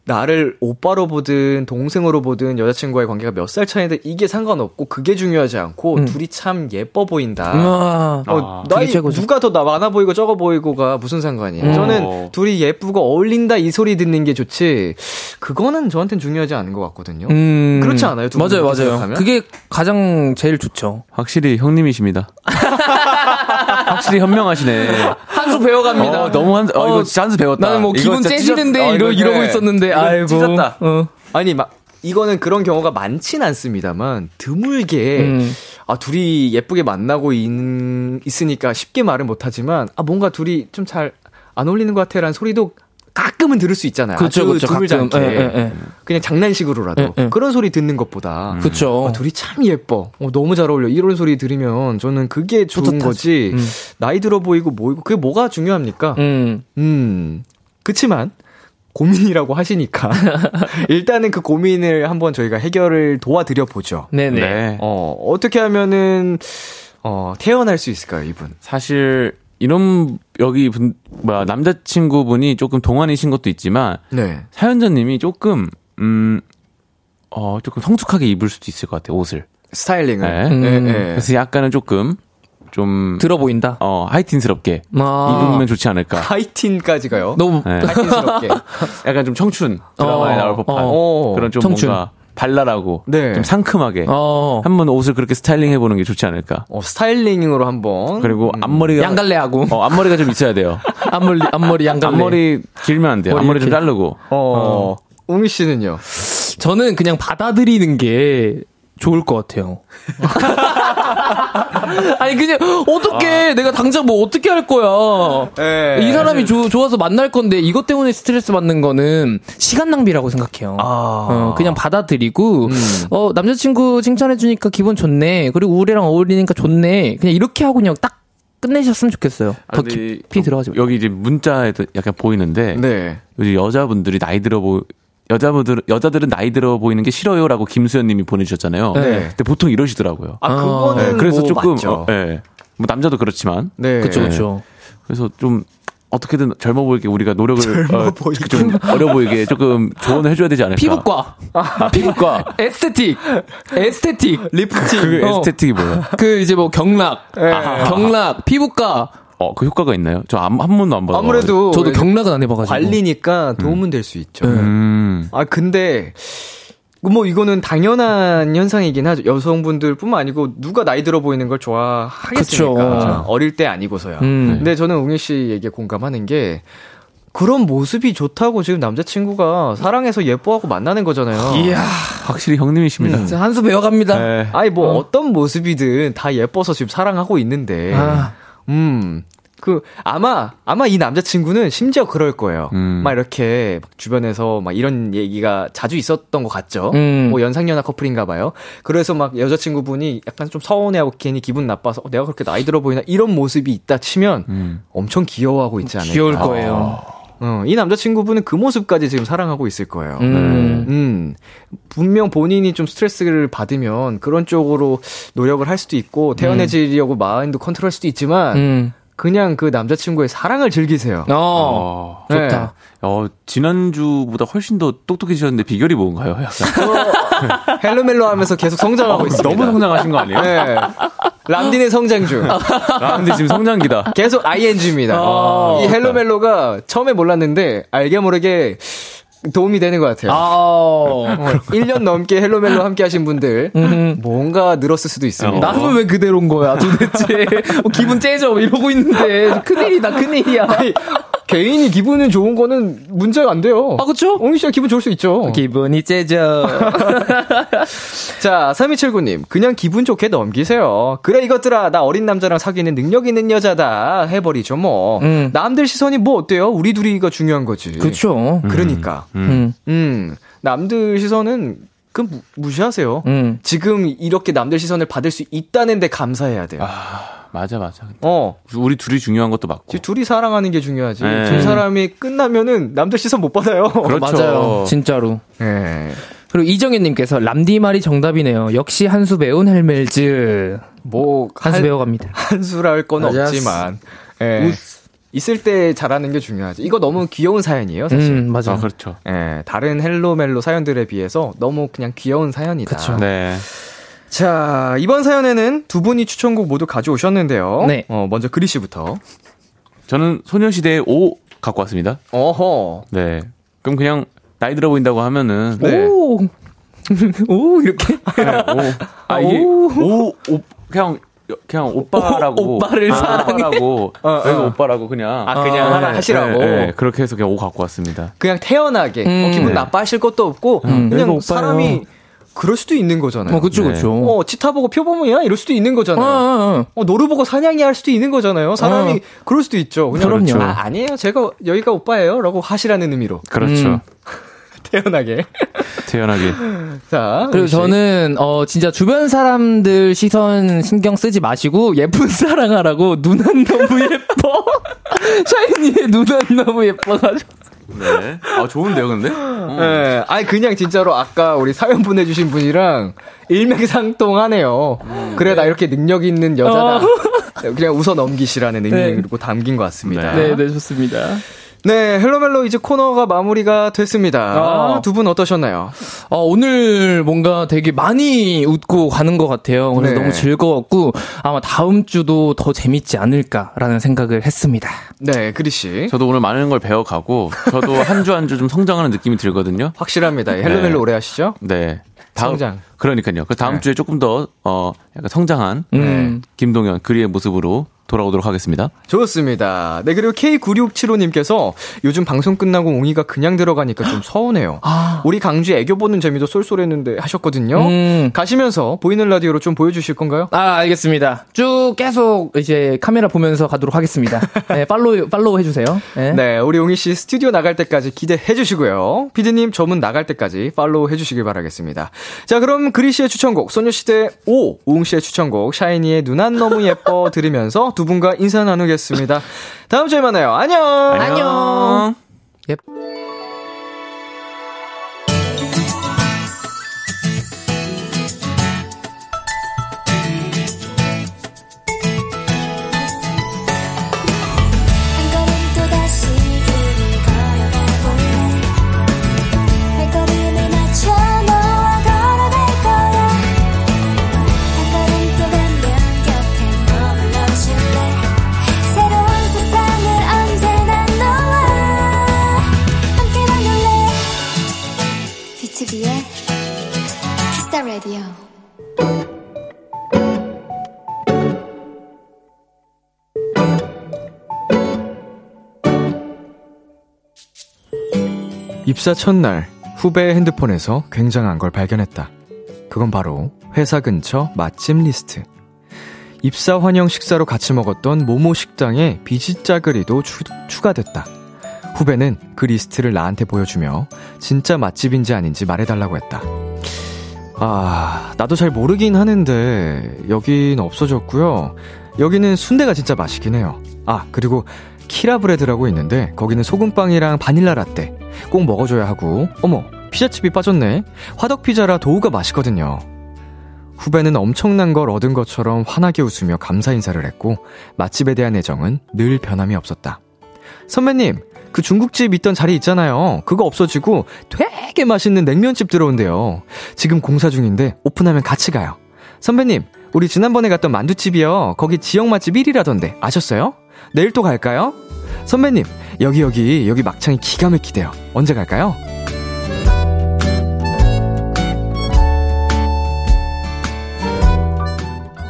나를 오빠로 보든 동생으로 보든 여자친구와의 관계가 몇 살 차이인데 이게 상관없고 그게 중요하지 않고 음. 둘이 참 예뻐 보인다. 우와. 어, 아, 나이 그게 최고죠. 누가 더 나- 많아 보이고 적어 보이고가 무슨 상관이야. 음. 저는 둘이 예쁘고 어울린다 이 소리 듣는 게 좋지. 그거는 저한텐 중요하지 않은 것 같거든요. 음. 그렇지 않아요? 두분 맞아요, 맞아요. 그렇게 생각하면? 그게 가장 제일 좋죠. 확실히 형님이십니다. 확실히 현명하시네. 한 수 배워갑니다. 어, 너무 한, 어, 이거 진짜 한수 배웠다. 나는 뭐 이거 기분 진짜 째지는데 찢었- 어, 이거 이러, 이러고 네. 있었는데, 이거 아이고. 찢었다. 어. 아니 막 이거는 그런 경우가 많진 않습니다만 드물게 음. 아 둘이 예쁘게 만나고 있- 있으니까 쉽게 말은 못하지만 아 뭔가 둘이 좀 잘 안 어울리는 것 같아라는 소리도 가끔은 들을 수 있잖아요. 그렇죠, 아주 그렇죠. 드물지 가끔. 않게. 예, 예, 예. 음. 그냥 장난식으로라도 예, 음. 예. 그런 소리 듣는 것보다 그쵸. 어, 아, 둘이 참 예뻐. 어, 너무 잘 어울려. 이런 소리 들으면 저는 그게 좋은 뿌듯하지. 거지. 음. 나이 들어 보이고 뭐이고 그게 뭐가 중요합니까? 음. 음. 그치만 고민이라고 하시니까 일단은 그 고민을 한번 저희가 해결을 도와드려 보죠. 네네. 네. 어, 어떻게 하면은 어, 태어날 수 있을까요, 이분? 사실 이런 여기 분 뭐야 남자친구분이 조금 동안이신 것도 있지만 네. 사연자님이 조금 음. 어, 조금 성숙하게 입을 수도 있을 것 같아요, 옷을. 스타일링을. 네. 예, 음. 예. 그래서 약간은 조금, 좀, 들어 보인다. 어, 하이틴스럽게 아. 입으면 좋지 않을까. 하이틴까지 가요. 너무, 네. 하이틴스럽게. 약간 좀 청춘 드라마에 어, 나올 법한 어. 그런 좀 청춘. 뭔가 발랄하고, 네. 좀 상큼하게 어. 한번 옷을 그렇게 스타일링 해보는 게 좋지 않을까. 어, 스타일링으로 한번. 그리고 앞머리가, 음. 양갈래하고. 어, 앞머리가 좀 있어야 돼요. 앞머리, 앞머리 양갈래. 앞머리 길면 안 돼요. 머리 앞머리 좀 이렇게. 자르고. 어. 웅이 씨는요? 저는 그냥 받아들이는 게 좋을 것 같아요. 아니 그냥 아. 어떻게 내가 당장 뭐 어떻게 할 거야. 네. 예. 이 사람이 조- 좋아서 만날 건데 이것 때문에 스트레스 받는 거는 시간 낭비라고 생각해요. 아. 아. 어, 그냥 받아들이고 음. 어 남자친구 칭찬해 주니까 기분 좋네. 그리고 우리랑 어울리니까 좋네. 그냥 이렇게 하고 그냥 딱 끝내셨으면 좋겠어요. 아, 더 근데 이- 깊이 들어가지 말고. 여기 이제 문자에도 약간 보이는데, 네. 요즘 여자분들이 나이 들어 보 여자분들 여자들은 나이 들어 보이는 게 싫어요라고 김수현님이 보내주셨잖아요. 네. 근데 보통 이러시더라고요. 아, 그거는 네, 그래서 뭐 조금 맞죠. 어, 네. 뭐 남자도 그렇지만 네. 그렇죠, 그렇죠. 그래서 좀 어떻게든 젊어 보이게 우리가 노력을 어, 좀 어려 보이게 조금 조언을 해줘야 되지 않을까? 피부과, 아, 피부과. 에스테틱, 에스테틱, 리프팅, 그 어. 에스테틱이 뭐야? 그 이제 뭐 경락, 네. 경락, 피부과. 어, 그 효과가 있나요? 저 한 번도 안 받아. 어, 아무래도 저도 경락은 안 해봐가지고. 관리니까 도움은 될 수 있죠. 음. 아 근데 뭐 이거는 당연한 현상이긴 하죠. 여성분들뿐만 아니고 누가 나이 들어 보이는 걸 그쵸. 좋아하겠습니까? 어릴 때 아니고서야. 네. 음. 근데 저는 웅일 씨 얘기에 공감하는 게 그런 모습이 좋다고 지금 남자친구가 사랑해서 예뻐하고 만나는 거잖아요. 확실히 형님이십니다. 음. 진짜 음. 한 수 배워갑니다. 네. 아니 뭐 어. 떤 모습이든 다 예뻐서 지금 사랑하고 있는데 아. 음. 그 아마 아마 이 남자친구는 심지어 그럴 거예요. 음. 막 이렇게 막 주변에서 막 이런 얘기가 자주 있었던 것 같죠. 음. 뭐 연상연하 커플인가 봐요. 그래서 막 여자친구분이 약간 좀 서운해하고 괜히 기분 나빠서 어, 내가 그렇게 나이 들어 보이나 이런 모습이 있다 치면 음. 엄청 귀여워하고 있지 않을까. 귀여울 거예요. 어, 이 남자친구분은 그 모습까지 지금 사랑하고 있을 거예요. 음. 음, 분명 본인이 좀 스트레스를 받으면 그런 쪽으로 노력을 할 수도 있고, 음. 태연해지려고 마인드 컨트롤 할 수도 있지만, 음. 그냥 그 남자친구의 사랑을 즐기세요. 어. 어. 네. 좋다. 어, 지난주보다 훨씬 더 똑똑해지셨는데 비결이 뭔가요? 약간. 네. 헬로멜로 하면서 계속 성장하고 어, 있습니다. 어, 너무 성장하신 거 아니에요? 네. 람딘의 성장 중. 아, 근데 지금 성장기다. 계속 ING입니다. 아. 이 헬로멜로가 처음에 몰랐는데, 알게 모르게 도움이 되는 것 같아요. 아. 1년 넘게 헬로멜로 함께 하신 분들, 뭔가 늘었을 수도 있습니다. 음. 어. 나는 왜 그대로인 거야, 도대체. 어, 기분 째져, 이러고 있는데. 큰일이다, 큰일이야. 개인이 기분은 좋은 거는 문제가 안 돼요. 아, 그쵸? 아, 옹희 씨가 기분 좋을 수 있죠. 어, 기분이 째져. 자, 3279님. 그냥 기분 좋게 넘기세요. 그래, 이것들아. 나 어린 남자랑 사귀는 능력 있는 여자다. 해버리죠, 뭐. 음. 그렇죠. 남들 시선이 뭐 어때요? 우리 둘이가 중요한 거지. 그쵸. 그러니까. 음. 음. 남들 시선은 그 무- 무시하세요. 음. 지금 이렇게 남들 시선을 받을 수 있다는 데 감사해야 돼요. 맞아, 맞아. 어. 우리 둘이 중요한 것도 맞고. 지금 둘이 사랑하는 게 중요하지. 네. 두 사람이 끝나면은 남들 시선 못 받아요. 그렇죠. 맞아요. 진짜로. 예. 그리고 이정현님께서 람디 말이 정답이네요. 역시 한수 배운 헬멜즈. 뭐 한수 한- 배워갑니다. 한수랄 건 없지만 예. 있을 때 잘하는 게 중요하지. 이거 너무 귀여운 사연이에요, 사실. 음, 맞아. 아, 요 그렇죠. 예, 다른 헬로멜로 사연들에 비해서 너무 그냥 귀여운 사연이다. 네. 자, 이번 사연에는 두 분이 추천곡 모두 가져오셨는데요. 네. 어, 먼저 그리 씨부터. 저는 소녀시대의 오 갖고 왔습니다. 어허. 네. 그럼 그냥 나이 들어 보인다고 하면은 네. 오! 오, 이렇게? 아 이게 오, 오 그냥 그냥 오빠라고 오, 오빠를 아, 사랑해. 오빠라고 여기 오빠라고 그냥 아, 그냥 하라 하시라고. 네, 네. 그렇게 해서 그냥 오 갖고 왔습니다. 그냥 태연하게 어, 기분 네. 나빠하실 것도 없고 내가 그냥 오빠예요. 사람이 그럴 수도 있는 거잖아요. 어, 그쵸, 네. 그쵸. 어, 치타 보고 표범이야 이럴 수도 있는 어, 거잖아요. 어, 어. 어, 노를 보고 사냥이 할 수도 있는 거잖아요. 사람이 그럴 수도 있죠. 그냥 그럼요. 아, 아니에요. 제가 여기가 오빠예요. 라고 하시라는 의미로. 그렇죠. 음. 태연하게. 태연하게. 자. 그리고 음식. 저는 어 진짜 주변 사람들 시선 신경 쓰지 마시고 예쁜 사랑하라고 눈 안 너무 예뻐 샤이니의 눈 안 너무 예뻐가지고 네. 아 좋은데요, 근데? 어. 예, 아니, 그냥 진짜로 아까 우리 사연 보내주신 분이랑 일맥상통하네요. 그래, 나 이렇게 능력 있는 여자다. 어. 그냥 웃어 넘기시라는 네. 의미로 담긴 것 같습니다. 네. 좋습니다 네, 헬로멜로 이제 코너가 마무리가 됐습니다. 아. 두 분 어떠셨나요? 어 오늘 뭔가 되게 많이 웃고 가는 것 같아요 그래서 네. 너무 즐거웠고 아마 다음 주도 더 재밌지 않을까라는 생각을 했습니다 네, 그리씨. 저도 오늘 많은 걸 배워가고 저도 한 주 한 주 좀 성장하는 느낌이 들거든요. 확실합니다. 이 헬로멜로 네. 오래 하시죠? 네. 다음, 성장. 그러니까요. 그 다음 네. 주에 조금 더 어, 약간 성장한 네. 음. 김동현 그리의 모습으로 돌아오도록 하겠습니다. 좋습니다. 네, 그리고 K9675님께서 요즘 방송 끝나고 옹이가 그냥 들어가니까 좀 서운해요. 우리 강주 애교 보는 재미도 쏠쏠했는데 하셨거든요. 아. 음. 가시면서 보이는 라디오로 좀 보여주실 건가요? 아, 알겠습니다. 쭉 계속 이제 카메라 보면서 가도록 하겠습니다. 네, 팔로우, 팔로우 해주세요. 네. 네, 우리 옹이 씨 스튜디오 나갈 때까지 기대해 주시고요. 피디님 저문 나갈 때까지 팔로우 해 주시길 바라겠습니다. 자, 그럼 그리 씨의 추천곡, 소녀시대 5, 우웅 씨의 추천곡, 샤이니의 눈 안 너무 예뻐 들으면서 두 분과 인사 나누겠습니다. 다음 주에 만나요. 안녕! 안녕. 한 걸음 또다시 입사 첫날 후배의 핸드폰에서 굉장한 걸 발견했다. 그건 바로 회사 근처 맛집 리스트. 입사 환영 식사로 같이 먹었던 모모 식당에 비지 짜그리도 추, 추가됐다. 후배는 그 리스트를 나한테 보여주며 진짜 맛집인지 아닌지 말해달라고 했다. 아, 나도 잘 모르긴 하는데 여긴 없어졌고요. 여기는 순대가 진짜 맛있긴 해요. 아, 그리고 키라브레드라고 있는데 거기는 소금빵이랑 바닐라 라떼 꼭 먹어줘야 하고 어머 피자집이 빠졌네 화덕 피자라 도우가 맛있거든요. 후배는 엄청난 걸 얻은 것처럼 환하게 웃으며 감사 인사를 했고 맛집에 대한 애정은 늘 변함이 없었다. 선배님 그 중국집 있던 자리 있잖아요. 그거 없어지고 되게 맛있는 냉면집 들어온대요. 지금 공사 중인데 오픈하면 같이 가요. 선배님, 우리 지난번에 갔던 만두집이요. 거기 지역 맛집 1위라던데 아셨어요? 내일 또 갈까요? 선배님, 여기 여기 여기 막창이 기가 막히대요. 언제 갈까요?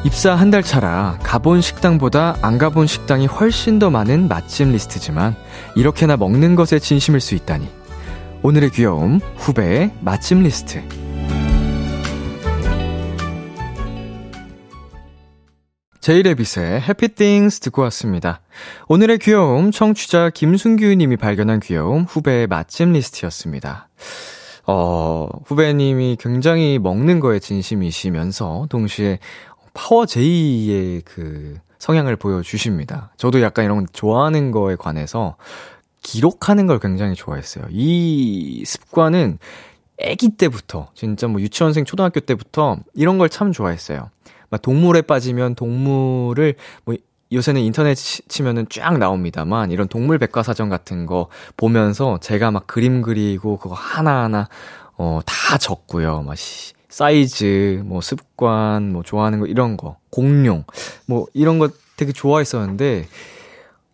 입사 한 달 차라 가본 식당보다 안 가본 식당이 훨씬 더 많은 맛집 리스트지만 이렇게나 먹는 것에 진심일 수 있다니. 오늘의 귀여움 후배의 맛집 리스트. 제이레빗의 해피띵스 듣고 왔습니다. 오늘의 귀여움 청취자 김순규님이 발견한 귀여움 후배의 맛집 리스트였습니다. 어, 후배님이 굉장히 먹는 거에 진심이시면서 동시에 파워 제이의 그 성향을 보여주십니다. 저도 약간 이런 좋아하는 거에 관해서 기록하는 걸 굉장히 좋아했어요. 이 습관은 아기 때부터 진짜 뭐 유치원생 초등학교 때부터 이런 걸 참 좋아했어요. 막 동물에 빠지면 동물을 뭐 요새는 인터넷 치- 치면은 쫙 나옵니다만 이런 동물 백과사전 같은 거 보면서 제가 막 그림 그리고 그거 하나하나 어 다 적고요. 막 시- 사이즈, 뭐 습관, 뭐 좋아하는 거 이런 거, 공룡 뭐 이런 거 되게 좋아했었는데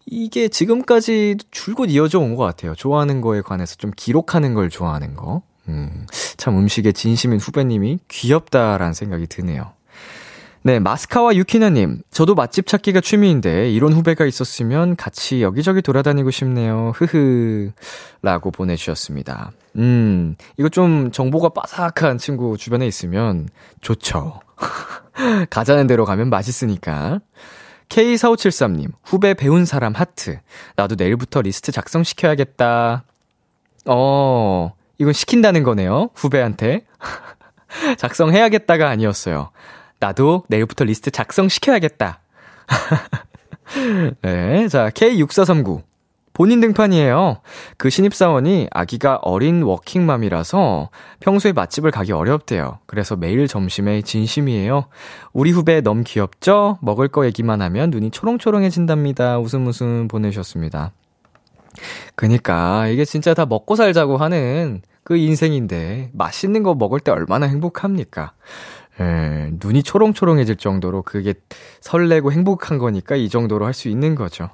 이게 지금까지 줄곧 이어져 온 것 같아요. 좋아하는 거에 관해서 좀 기록하는 걸 좋아하는 거. 음, 참 음식에 진심인 후배님이 귀엽다라는 생각이 드네요. 네, 마스카와 유키나님. 저도 맛집 찾기가 취미인데, 이런 후배가 있었으면 같이 여기저기 돌아다니고 싶네요. 흐흐. 라고 보내주셨습니다. 음, 이거 좀 정보가 빠삭한 친구 주변에 있으면 좋죠. 가자는 대로 가면 맛있으니까. K4573님, 후배 배운 사람 하트. 나도 내일부터 리스트 작성시켜야겠다. 어, 이건 시킨다는 거네요. 후배한테. 작성해야겠다가 아니었어요. 나도 내일부터 리스트 작성시켜야겠다. 네, 자, K6439. 본인 등판이에요. 그 신입사원이 아기가 어린 워킹맘이라서 평소에 맛집을 가기 어렵대요. 그래서 매일 점심에 진심이에요. 우리 후배 너무 귀엽죠? 먹을 거 얘기만 하면 눈이 초롱초롱해진답니다. 웃음 웃음 보내주셨습니다. 그니까 이게 진짜 다 먹고 살자고 하는 그 인생인데 맛있는 거 먹을 때 얼마나 행복합니까? 예, 눈이 초롱초롱해질 정도로 그게 설레고 행복한 거니까 이 정도로 할 수 있는 거죠.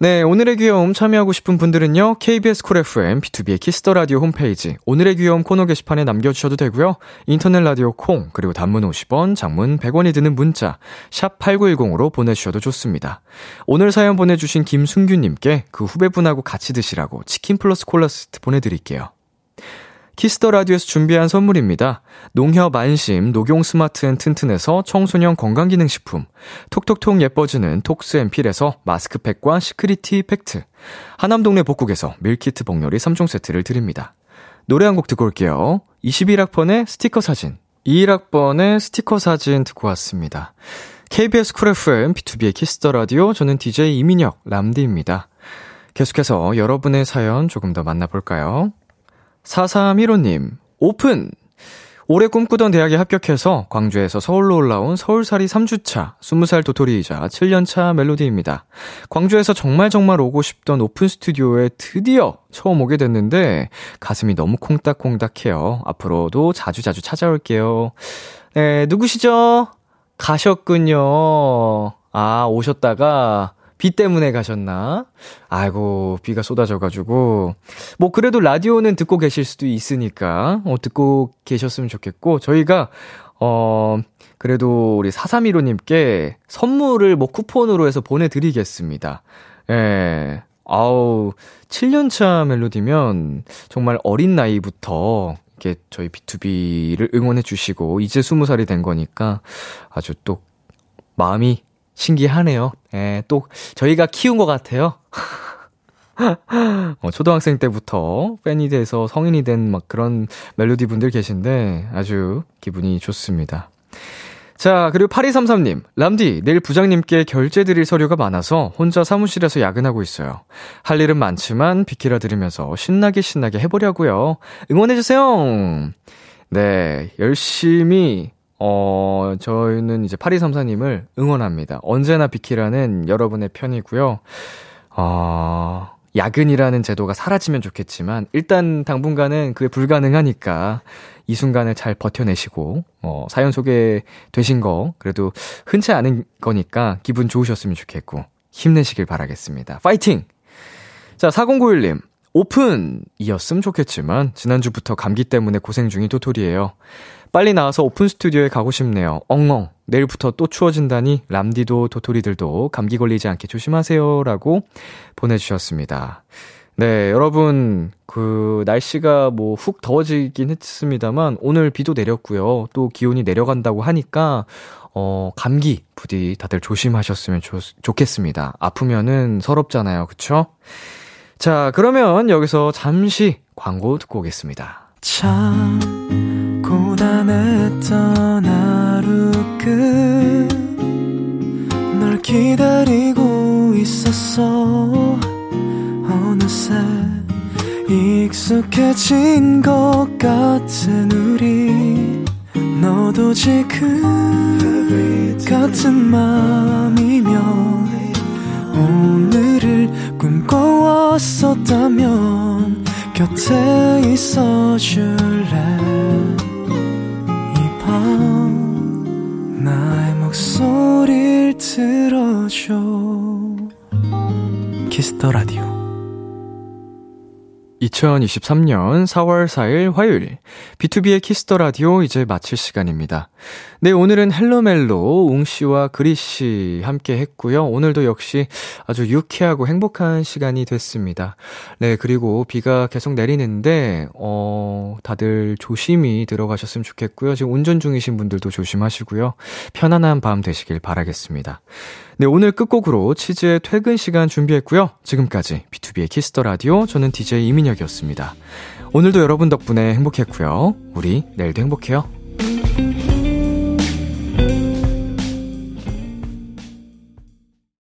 네, 오늘의 귀여움 참여하고 싶은 분들은요. KBS 쿨 FM B2B의 키스터 라디오 홈페이지 오늘의 귀여움 코너 게시판에 남겨 주셔도 되고요. 인터넷 라디오 콩 그리고 단문 50원, 장문 100원이 드는 문자 샵 8910으로 보내 주셔도 좋습니다. 오늘 사연 보내 주신 김승규 님께 그 후배분하고 같이 드시라고 치킨 플러스 콜라 세트 보내 드릴게요. 키스터 라디오에서 준비한 선물입니다. 농협 안심, 녹용 스마트 앤 튼튼에서 청소년 건강기능식품, 톡톡톡 예뻐지는 톡스 앤 필에서 마스크팩과 시크리티 팩트, 하남동네 복국에서 밀키트 복요리 3종 세트를 드립니다. 노래 한 곡 듣고 올게요. 21학번의 스티커 사진, 21학번의 스티커 사진 듣고 왔습니다. KBS 쿨 FM, B2B의 키스터 라디오, 저는 DJ 이민혁, 람디입니다. 계속해서 여러분의 사연 조금 더 만나볼까요? 4315님, 오픈! 올해 꿈꾸던 대학에 합격해서 광주에서 서울로 올라온 서울살이 3주차, 20살 도토리이자 7년차 멜로디입니다. 광주에서 정말 정말 오고 싶던 오픈 스튜디오에 드디어 처음 오게 됐는데 가슴이 너무 콩닥콩닥해요. 앞으로도 자주자주 찾아올게요. 네, 누구시죠? 가셨군요. 아, 오셨다가 비 때문에 가셨나? 아이고, 비가 쏟아져가지고. 뭐 그래도 라디오는 듣고 계실 수도 있으니까 어, 듣고 계셨으면 좋겠고 저희가 어 그래도 우리 4315님께 선물을 뭐 쿠폰으로 해서 보내드리겠습니다. 예. 아우, 7년차 멜로디면 정말 어린 나이부터 이렇게 저희 B2B를 응원해 주시고 이제 20살이 된 거니까 아주 또 마음이 신기하네요. 예, 또 저희가 키운 것 같아요. 어, 초등학생 때부터 팬이 돼서 성인이 된 막 그런 멜로디 분들 계신데 아주 기분이 좋습니다. 자, 그리고 8233님. 람디, 내일 부장님께 결제 드릴 서류가 많아서 혼자 사무실에서 야근하고 있어요. 할 일은 많지만 비키라 들으면서 신나게 신나게 해보려고요. 응원해주세요! 네, 열심히, 어, 저희는 이제 8234님을 응원합니다. 언제나 비키라는 여러분의 편이고요. 어, 야근이라는 제도가 사라지면 좋겠지만, 일단 당분간은 그게 불가능하니까, 이 순간을 잘 버텨내시고, 어, 사연 소개되신 거, 그래도 흔치 않은 거니까 기분 좋으셨으면 좋겠고, 힘내시길 바라겠습니다. 파이팅! 자, 4091님. 오픈이었음 좋겠지만, 지난주부터 감기 때문에 고생 중인 도토리예요 빨리 나와서 오픈 스튜디오에 가고 싶네요. 엉엉. 내일부터 또 추워진다니, 람디도 도토리들도 감기 걸리지 않게 조심하세요. 라고 보내주셨습니다. 네, 여러분, 그, 날씨가 뭐, 훅 더워지긴 했습니다만, 오늘 비도 내렸고요. 또 기온이 내려간다고 하니까, 어, 감기, 부디 다들 조심하셨으면 좋, 좋겠습니다. 아프면은 서럽잖아요. 그쵸? 자, 그러면 여기서 잠시 광고 듣고 오겠습니다. 참 고단했던 하루 끝널 기다리고 있었어 어느새 익숙해진 것 같은 우리 너도 지금 같은 맘이면 오늘을 꿈꿔왔었다면 곁에 있어줄래 이 밤 나의 목소리를 들어줘 키스터 라디오 2023년 4월 4일 화요일 B2B의 키스터 라디오 이제 마칠 시간입니다. 네, 오늘은 헬로멜로 웅 씨와 그리 씨 함께 했고요. 오늘도 역시 아주 유쾌하고 행복한 시간이 됐습니다. 네, 그리고 비가 계속 내리는데 어, 다들 조심히 들어가셨으면 좋겠고요. 지금 운전 중이신 분들도 조심하시고요. 편안한 밤 되시길 바라겠습니다. 네, 오늘 끝곡으로 치즈의 퇴근 시간 준비했고요. 지금까지 B2B의 키스터 라디오 저는 DJ 이민혁이었습니다. 오늘도 여러분 덕분에 행복했고요. 우리 내일도 행복해요.